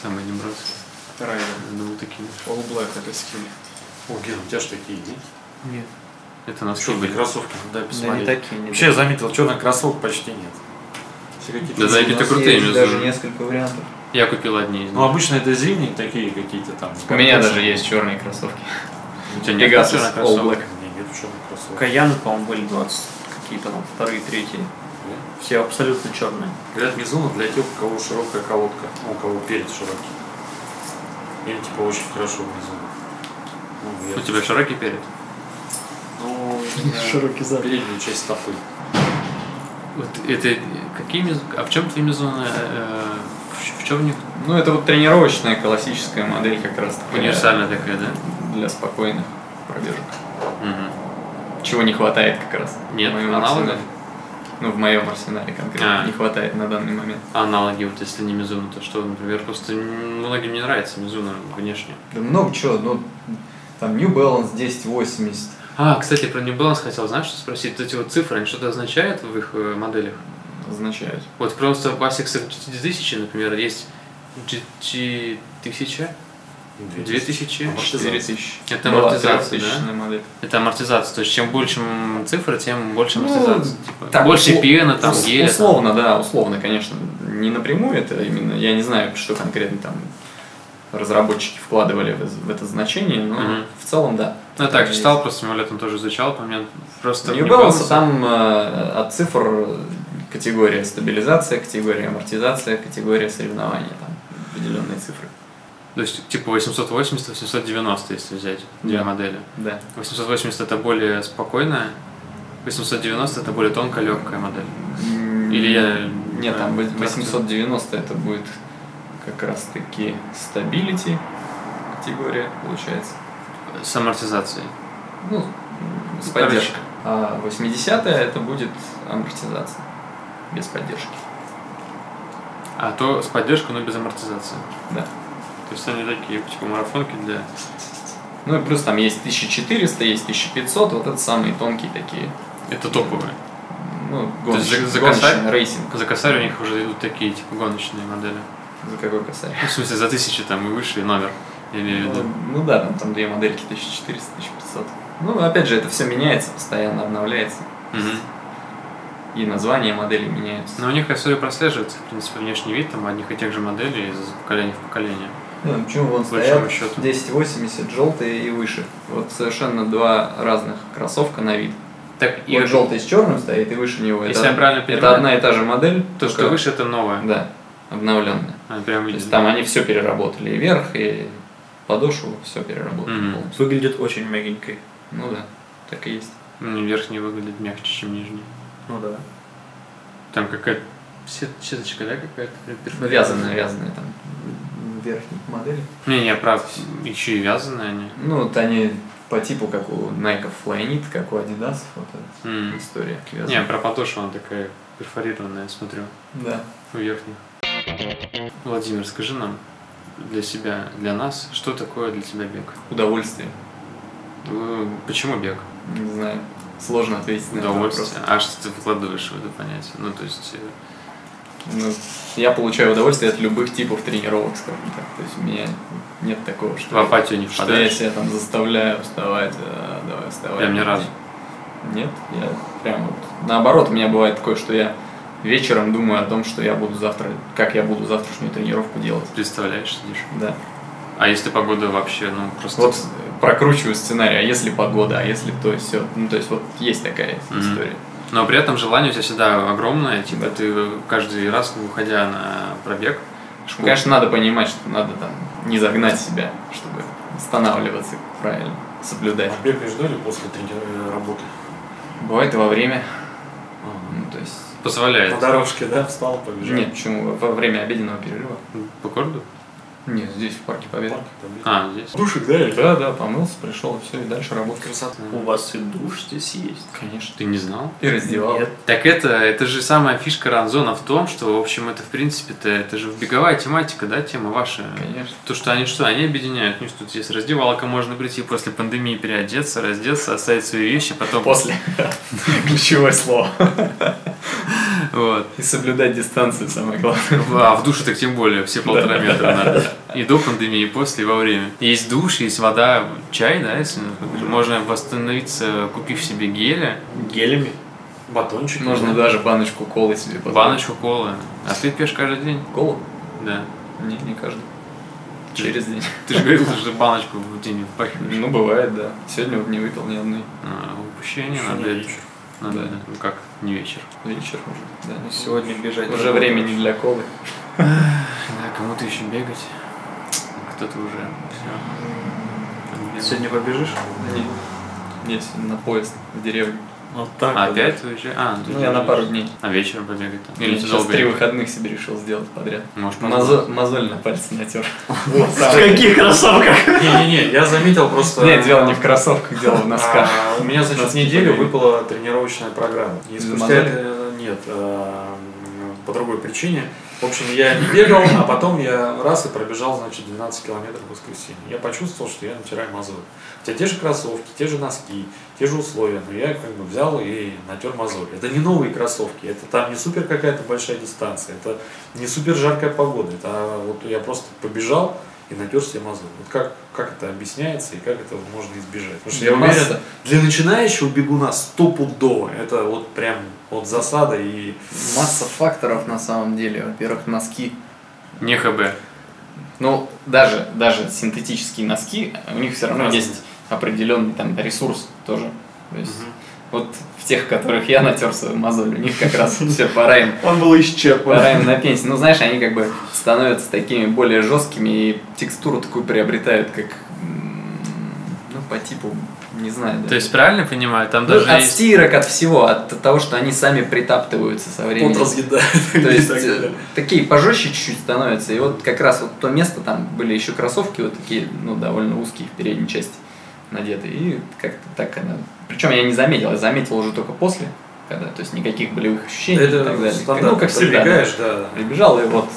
Самый неброский. Правильно. Был такие. All Black это скин. О, Ген, у тебя же такие есть? Нет, Это на Что, что были? кроссовки? ну, Дай да не посмотреть. такие. Не Вообще, я заметил, черных кроссовок почти нет. Все какие-то... Да, да, какие-то крутые даже типа Мизуна. несколько вариантов. Я купил одни из Ну, них. обычно это зимние такие какие-то там. У меня даже есть черные кроссовки. У тебя нет Pegasus черных All кроссовок? Black. У меня нет черных такие. кроссовок. Каяны, по-моему, были 20 какие-то там, вторые, третьи. Все абсолютно черные. Говорят, Мизуна для тех, у кого широкая колодка, ну, у кого перед широкий. Я типа очень хорошо в Мизуна. Ну, я- У тебя широкий перед? Ну, Широкий Широкий зад. переднюю часть стопы. Вот это какие Мизуна? А в чем твои Мизуна? э, в- В чем у них? Ну, это вот тренировочная классическая модель как раз таки Универсальная такая, да? для спокойных пробежек. Мгм. Чего не хватает как раз. Нет, в моем аналогов? арсенале. Ну, в моем арсенале конкретно А. не хватает на данный момент. аналоги, вот если не Мизуна, то что, например, просто м, многим не нравится Мизуна внешне. Да много чего, ну, там New Balance 1080. А, кстати, про New Balance хотел, знаешь, что спросить? Вот эти вот цифры, они что-то означают в их э, моделях? Означает. Вот просто в ASICS GT1000, например, есть GT1000, 2000, 4000. Это Была амортизация, 3000 да? модель. Это амортизация, то есть чем больше м, цифр, тем больше Ну, амортизация. типа. так, больше услов- пена, там, Ус- геля. там. Условно, да, условно, конечно. Не напрямую это именно. Я не знаю, что конкретно там разработчики вкладывали в, в это значение, но Мгм. в целом да. Ну, я так, Там читал, есть. просто мы летом тоже изучал, по мне просто... New New Balance Balance- там э, от цифр категория стабилизация, категория амортизация, категория соревнования, там определенные цифры. То есть, типа 880, 890, если взять две Да. модели. Да. 880 это более спокойная, 890 это более тонкая, легкая модель. Или я... Нет, там э, вось- 890 это будет как раз таки stability категория получается. С амортизацией. Ну, с поддержкой. А 80 это будет амортизация. Без поддержки. А то с поддержкой, но без амортизации. Да. То есть они такие, типа, марафонки для... Ну и плюс там есть 1400, есть 1500, вот это самые тонкие такие. Это топовые. Ну, То есть гоночные, за- за косарь? гоночные, рейсинг. За косарь у них уже идут такие, типа, гоночные модели. За какой косарь? Ну, в смысле, за тысячи там и выше, и номер. Я имею в виду. Ну да, там, там две модельки 1400, 1500. Ну, опять же, это все меняется, постоянно обновляется. Мгм. И названия моделей меняются. Но у них история прослеживается, в принципе, внешний вид там одних и тех же моделей из поколения в поколение. ну, почему вон По большому счету. 1080, желтые и выше. Вот совершенно два разных кроссовка на вид. Так, И и желтый с черным стоит, и выше него. Если это, я правильно это понимаю, одна и та же модель. то, что только- выше, это новое. Да, обновленная. А, прям То есть видно. там они все переработали, и верх, и подошву, все переработали Мгм. полностью. Выглядит очень мягенькой. Ну да, так и есть. Мне верхний выглядит мягче, чем нижний. Ну да. Там какая-то сет- сеточка, да, какая-то? прям перфорированная? Вязаные, вязаные там верхние модели. Не, не, прав, еще и вязаные они. Ну, вот они по типу как у Nike Flyknit, как у Adidas, вот эта М. история. Не, про подошву она такая перфорированная, смотрю, Да. у верхних. Владимир, скажи нам для себя, для нас, что такое для тебя бег? Удовольствие. Э, Почему бег? Не знаю, сложно ответить на этот вопрос. Удовольствие. А что ты вкладываешь в это понятие? Ну, то есть, э, Ну, я получаю удовольствие от любых типов тренировок, скажем так. То есть у меня нет такого, что, в апатию не что я впадаешь? себя там заставляю вставать, а, давай вставай. Прям ни разу. Нет, я прям вот... Наоборот, у меня бывает такое, что я вечером думаю о том, что я буду завтра, как я буду завтрашнюю тренировку делать. Представляешь, сидишь. Да. А если погода вообще, ну, просто... Вот прокручиваю сценарий, а если погода, а если то и все. Ну, то есть вот есть такая Мгм. история. Но при этом желание у тебя всегда огромное, типа Да. ты каждый раз, выходя на пробег, Ну, Конечно, надо понимать, что надо там не загнать себя, чтобы останавливаться правильно, соблюдать. А бегаешь до или после трени- э, работы? Бывает и во время. Ага. Ну, то есть... Позволяет. На дорожке, да, встал, побежал. э. Нет, почему? Во время обеденного перерыва. По городу? Нет, здесь, в парке Победы. Парк там, блин. А, здесь. Ну, Душик, да, или? Да, да, помылся, пришел, и все, и дальше работал. Красота. У вас и душ здесь есть. Конечно. Ты не знал? И раздевал. Нет. Так это, это же самая фишка ранзона в том, что, в общем, это, в принципе-то, это же беговая тематика, да, тема ваша. Конечно. То, что они что, они объединяют. Ну, что тут есть раздевалка, можно прийти после пандемии переодеться, раздеться, оставить свои вещи, потом... После. Ключевое слово. Вот. И соблюдать дистанцию самое главное. А в душе так тем более, все полтора метра надо. И до пандемии, и после, и во время. Есть душ, есть вода, чай, да, если нужно. можно восстановиться, купив себе геля, Гелями. Батончик. Можно даже баночку колы себе позволить. баночку колы. А ты пьешь каждый день? Колу? Да. Не, не каждый. Через день. Ты же говорил, что баночку в день впахиваешь. Ну, бывает, да. Сегодня вот не выпил ни одной. А, упущение надо. это- Надо, Да. ну как, не вечер. Вечер уже. Да, ну, не Сегодня бежать. Уже времени для колы. Да, кому-то еще бегать. Кто-то уже. Все. Сегодня побежишь? Нет. Нет, сегодня на поезд в деревню. Вот так. А, вот. опять уезжаешь? А, ты Ну, я на пару дней. А вечером побегать там? Я Или ты сейчас долго? три выходных себе решил сделать подряд. Может, Мозо- Мозоль на пальце натер. В каких кроссовках? Не-не-не, я заметил просто... Нет, дело не в кроссовках, дело в носках. А, У меня за Носки через неделю побили. выпала тренировочная программа. И Из спустя мозоли? это- нет, а, по другой причине. В общем, я не бегал, а потом я раз и пробежал, значит, 12 километров в воскресенье. Я почувствовал, что я натираю мозоль. Хотя те же кроссовки, те же носки, те же условия, но я как бы взял и натер мозоль. Это не новые кроссовки, это там не супер какая-то большая дистанция, это не супер жаркая погода, это а, вот я просто побежал и натер себе мозоль. Вот как, как это объясняется и как это можно избежать? Потому что я Масса. уверен, для начинающего бегуна стопудово. Это вот прям от засада и... Масса факторов на самом деле. Во-первых, носки. Не ХБ. Ну, даже, даже синтетические носки, у них все равно Разные. есть определенный там ресурс тоже. То есть, вот в тех, которых я натер свою мозоль, у них как раз все пора им Он был исчерпан. пора им на пенсию. Ну, знаешь, они как бы становятся такими более жесткими и текстуру такую приобретают, как м, ну, по типу, не знаю, даже. То есть правильно понимаю, там Ну, даже от есть... стирок, от всего, от того, что они сами притаптываются со временем. То есть э, такие пожестче чуть-чуть становятся. И вот как раз вот то место, там были еще кроссовки вот такие, ну, довольно узкие в передней части надеты. И как-то так она... Причем я не заметил, я заметил уже только после, когда, то есть никаких болевых ощущений и так далее. стандарт. ну, как Ты всегда. да. прибегаешь, да. Прибежал и вот.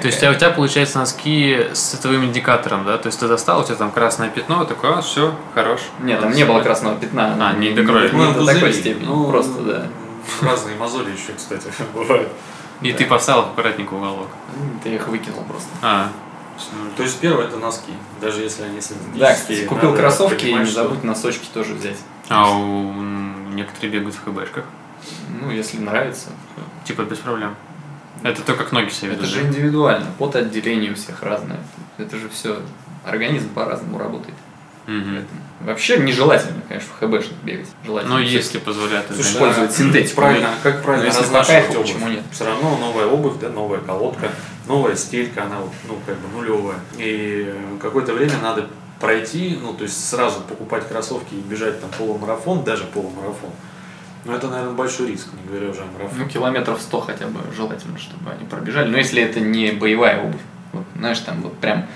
То есть а у тебя получается носки с цветовым индикатором, да? То есть ты достал, у тебя там красное пятно, такое, все, хорош. Нет, там не было красного пятна. ну, А, не до Не крови. до такой пузыри, степени. ну, Просто, да. Разные мозоли еще, кстати, бывают. И ты поставил аккуратненько уголок. Ты их выкинул просто. А, То есть первое это носки, даже если они синтетические. Да, кстати, купил надо кроссовки и не понимать, что- забудь носочки тоже взять. а у м, некоторые бегают в ХБшках. Ну, если нравится. Типа без проблем. Это то, как ноги себя Это ведут. же да? индивидуально. Под отделение у всех разное. Это же все. Организм по-разному работает. Мгм. Поэтому Вообще нежелательно, конечно, в ХБшник бегать. Желательно. Ну, всё-таки если позволяет. Слушай, да. Использовать синтетику. Правильно, как правильно Ну, если по разнашивать кайфу, обувь? почему нет? Все равно новая обувь, да, новая колодка, новая стелька, она вот, ну, как бы нулевая. И э, какое-то время надо пройти, ну, то есть сразу покупать кроссовки и бежать там полумарафон, даже полумарафон. Но это, наверное, большой риск, не говоря уже о марафоне. Ну, километров 100 хотя бы желательно, чтобы они пробежали. Но если это не боевая обувь, вот, знаешь, там вот прям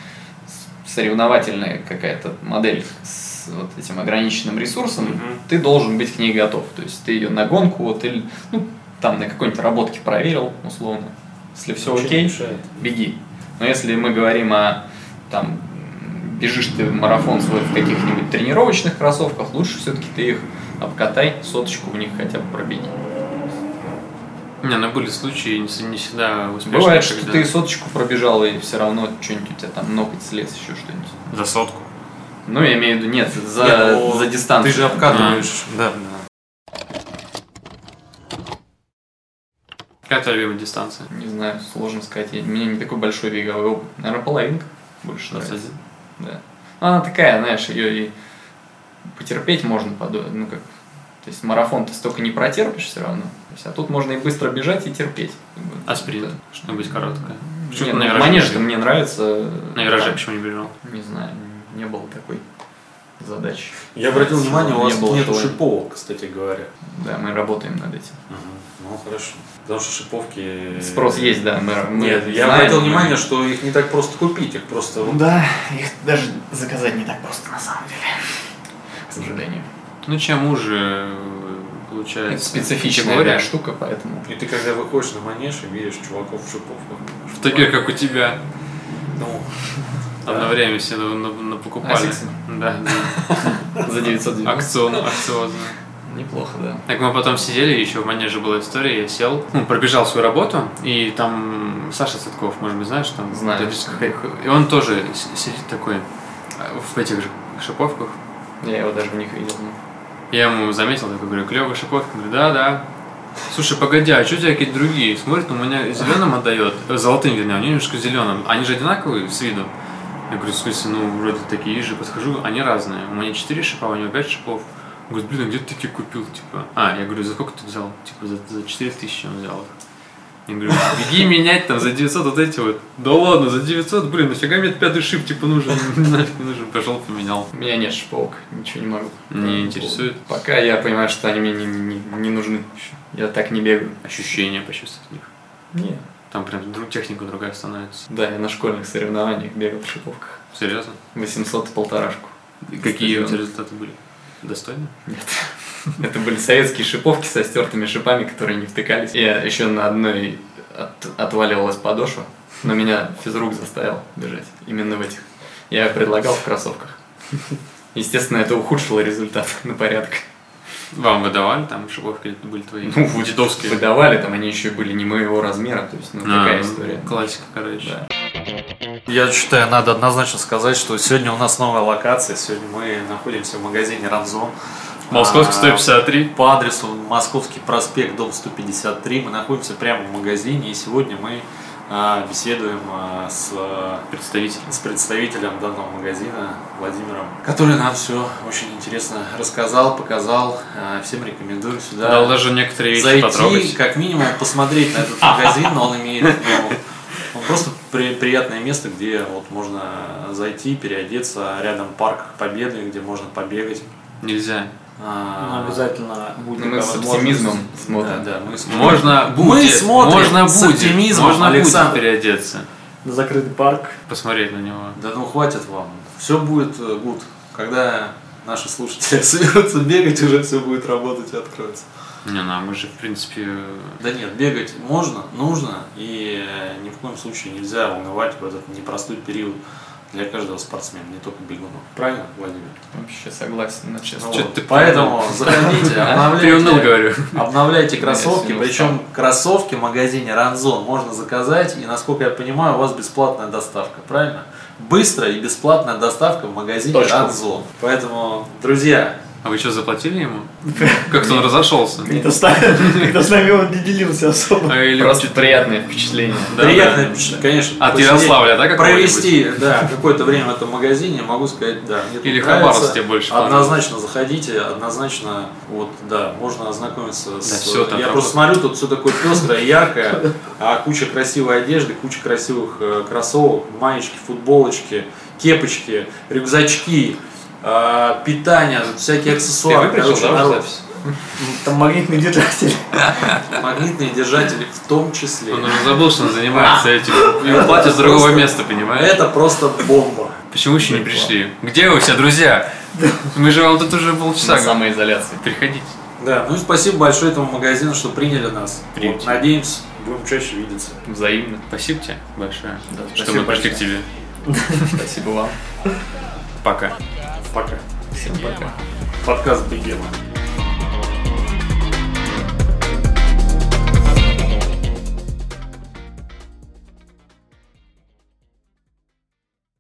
с- соревновательная какая-то модель с вот этим ограниченным ресурсом, ты должен быть к ней готов. То есть ты ее на гонку, вот, или ну, там на какой-нибудь работке проверил, условно. Если все Ничего не окей, мешает. беги. Но если мы говорим о там м, бежишь ты в марафон свой в каких-нибудь тренировочных кроссовках, лучше все-таки ты их обкатай, соточку в них хотя бы пробеги. Не, ну были случаи, не, с- не всегда успешные. Бывает, что когда- ты соточку пробежал, и все равно что-нибудь у тебя там ноготь слез, еще что-нибудь. За сотку. Ну, я имею в виду, нет, за, Нет, ну, за дистанцию. Ты же обкатываешь. А. Да. Какая твоя любимая дистанция? Не знаю, сложно сказать. Я- у меня не такой большой беговой опыт. Наверное, половинка больше нравится. 21? Да. Ну, она такая, знаешь, ее и потерпеть можно, подо- ну как, то есть марафон ты столько не протерпишь все равно. То есть, а тут можно и быстро бежать, и терпеть. Как бы. А спринт? Что-нибудь короткое? Что Нет, ну, ты на вираже манеж-то бежал? э, мне нравится. На вираже Там, почему не бежал? Не знаю, не было такой задач. Я обратил Нет, внимание, у не вас было нет желания. шиповок, кстати говоря. Да, мы работаем над этим. Ну, хорошо. Потому что шиповки... Спрос есть, да. Мы, мы Э, Нет, я знаем, обратил мы- внимание, что их не так просто купить, их просто... ну, вот- Да, их даже заказать не так просто на самом деле. К сожалению. Ну, чем уже э, получается. Это специфичная категория. да, штука, поэтому. И ты когда выходишь на манеж и видишь чуваков в шиповках. В таких, как у тебя. Ну, Одно время все на- на- напокупали. Асиксы. Да. За 990. Акцион, акциозно. Неплохо, да. Так мы потом сидели, еще в манеже была история, я сел, ну, пробежал свою работу, и там Саша Цветков, может быть, знаешь, там... Знаю. вот этот хэ- И он тоже с- сидит такой э, в этих же шиповках. Я его даже в них видел. Я ему заметил, такой говорю, клевая шиповка. Говорю, да, да. Слушай, погоди, а что у тебя какие-то другие? Смотрит, у меня зеленым отдает, э, золотым, вернее, у него немножко зеленым. Они же одинаковые с виду. Я говорю, в смысле, ну, вроде такие же, подхожу, они разные. У меня 4 шипа, а у него 5 шипов. Он говорит, блин, а где ты такие купил, типа? А, я говорю, за сколько ты взял? Типа, за, за 4 тысячи он взял их. Я говорю, беги менять там за 900 вот эти вот. Да ладно, за 900, блин, нафига мне этот пятый шип, типа, нужен? Нафиг не нужен, пошел поменял. У меня нет шиповок, ничего не могу. Не интересует. Пока я понимаю, что они мне не, не- не нужны. Я так не бегаю. Ощущения почувствовать в них. Нет. Там прям друг, техника другая становится. Да, я на школьных соревнованиях бегал в шиповках. Серьезно? 800 и полторашку. Какие а у тебя Стадион. результаты были? Достойно? Это были советские шиповки со стертыми шипами, которые не втыкались. Я еще на одной от- отваливалась подошва, но меня физрук заставил бежать именно в этих. Я предлагал в кроссовках. Естественно, это ухудшило результат на порядок. Вам выдавали там шиповки или это были твои? Ну, вот дедовские. Выдавали, там они еще были не моего размера, то есть, ну, А, такая ну, история. Классика, короче. Я считаю, надо однозначно сказать, что сегодня у нас новая локация. Сегодня мы находимся в магазине «Ранзон». Московский А, 153. По адресу Московский проспект, дом 153. Мы находимся прямо в магазине. И сегодня мы а, беседуем а, с, а, Представитель. с представителем данного магазина Владимиром, который нам все очень интересно рассказал, показал. А, Всем рекомендую сюда Дал даже некоторые вещи зайти, потрогать. как минимум посмотреть на этот магазин, но он имеет ну, он просто при- приятное место, где вот можно зайти, переодеться, рядом парк Победы, где можно побегать. Нельзя. А, Ну, обязательно будет Ну, мы с такая оптимизмом Да, смотрим. да, мы смотрим. Можно будет. Мы смотрим можно с будет. оптимизмом, можно Александр. будет переодеться. возможность на закрытый парк. Посмотреть на него. Да ну хватит вам. Все будет э, гуд. Когда наши слушатели соберутся бегать, уже все будет работать и откроется. Не, ну а мы же, в принципе, э, Да нет, бегать можно, нужно, и э, ни в коем случае нельзя унывать в этот непростой период для каждого спортсмена, не только бегунов. Правильно, Владимир? Вообще согласен, на честно. Ну чё вот, ты Поэтому заходите, приуныл, обновляйте, говорю. обновляйте Да, кроссовки, я причем кроссовки в магазине Ранзон можно заказать, и, насколько я понимаю, у вас бесплатная доставка, правильно? Быстрая и бесплатная доставка в магазине Точку. Ранзон. Поэтому, друзья, А вы что, заплатили ему? Как-то он разошелся. Как-то с нами- как-то с нами он не делился особо. А, или- Просто приятное впечатление. Да, приятное да. впечатление, конечно. От посидеть, Ярославля, да, какого-нибудь? Провести, да, какое-то время в этом магазине, могу сказать, да. мне тут Или нравится. Хабаровск тебе больше Однозначно заходите, однозначно, вот, да, можно ознакомиться с... всё там Я там просто смотрю, тут все такое пестрое, яркое, а куча красивой одежды, куча красивых э, кроссовок, маечки, футболочки, кепочки, рюкзачки, э, питание, тут всякие аксессуары. Короче, народ, Там магнитный держатель. магнитные держатели в том числе. Он уже забыл, что он занимается этим. И платит с другого Просто- места, понимаешь? Это просто бомба. Почему еще не пришли? Где вы все, друзья? Мы же вам тут уже полчаса На говорим. самоизоляции. Приходите. Да, ну и спасибо большое этому магазину, что приняли нас. Примите. Вот, надеемся, будем чаще видеться. Взаимно. Спасибо тебе большое, что спасибо мы большое. пришли к тебе. Спасибо вам. Пока. Пока. Всем пока. Подкаст Бигема.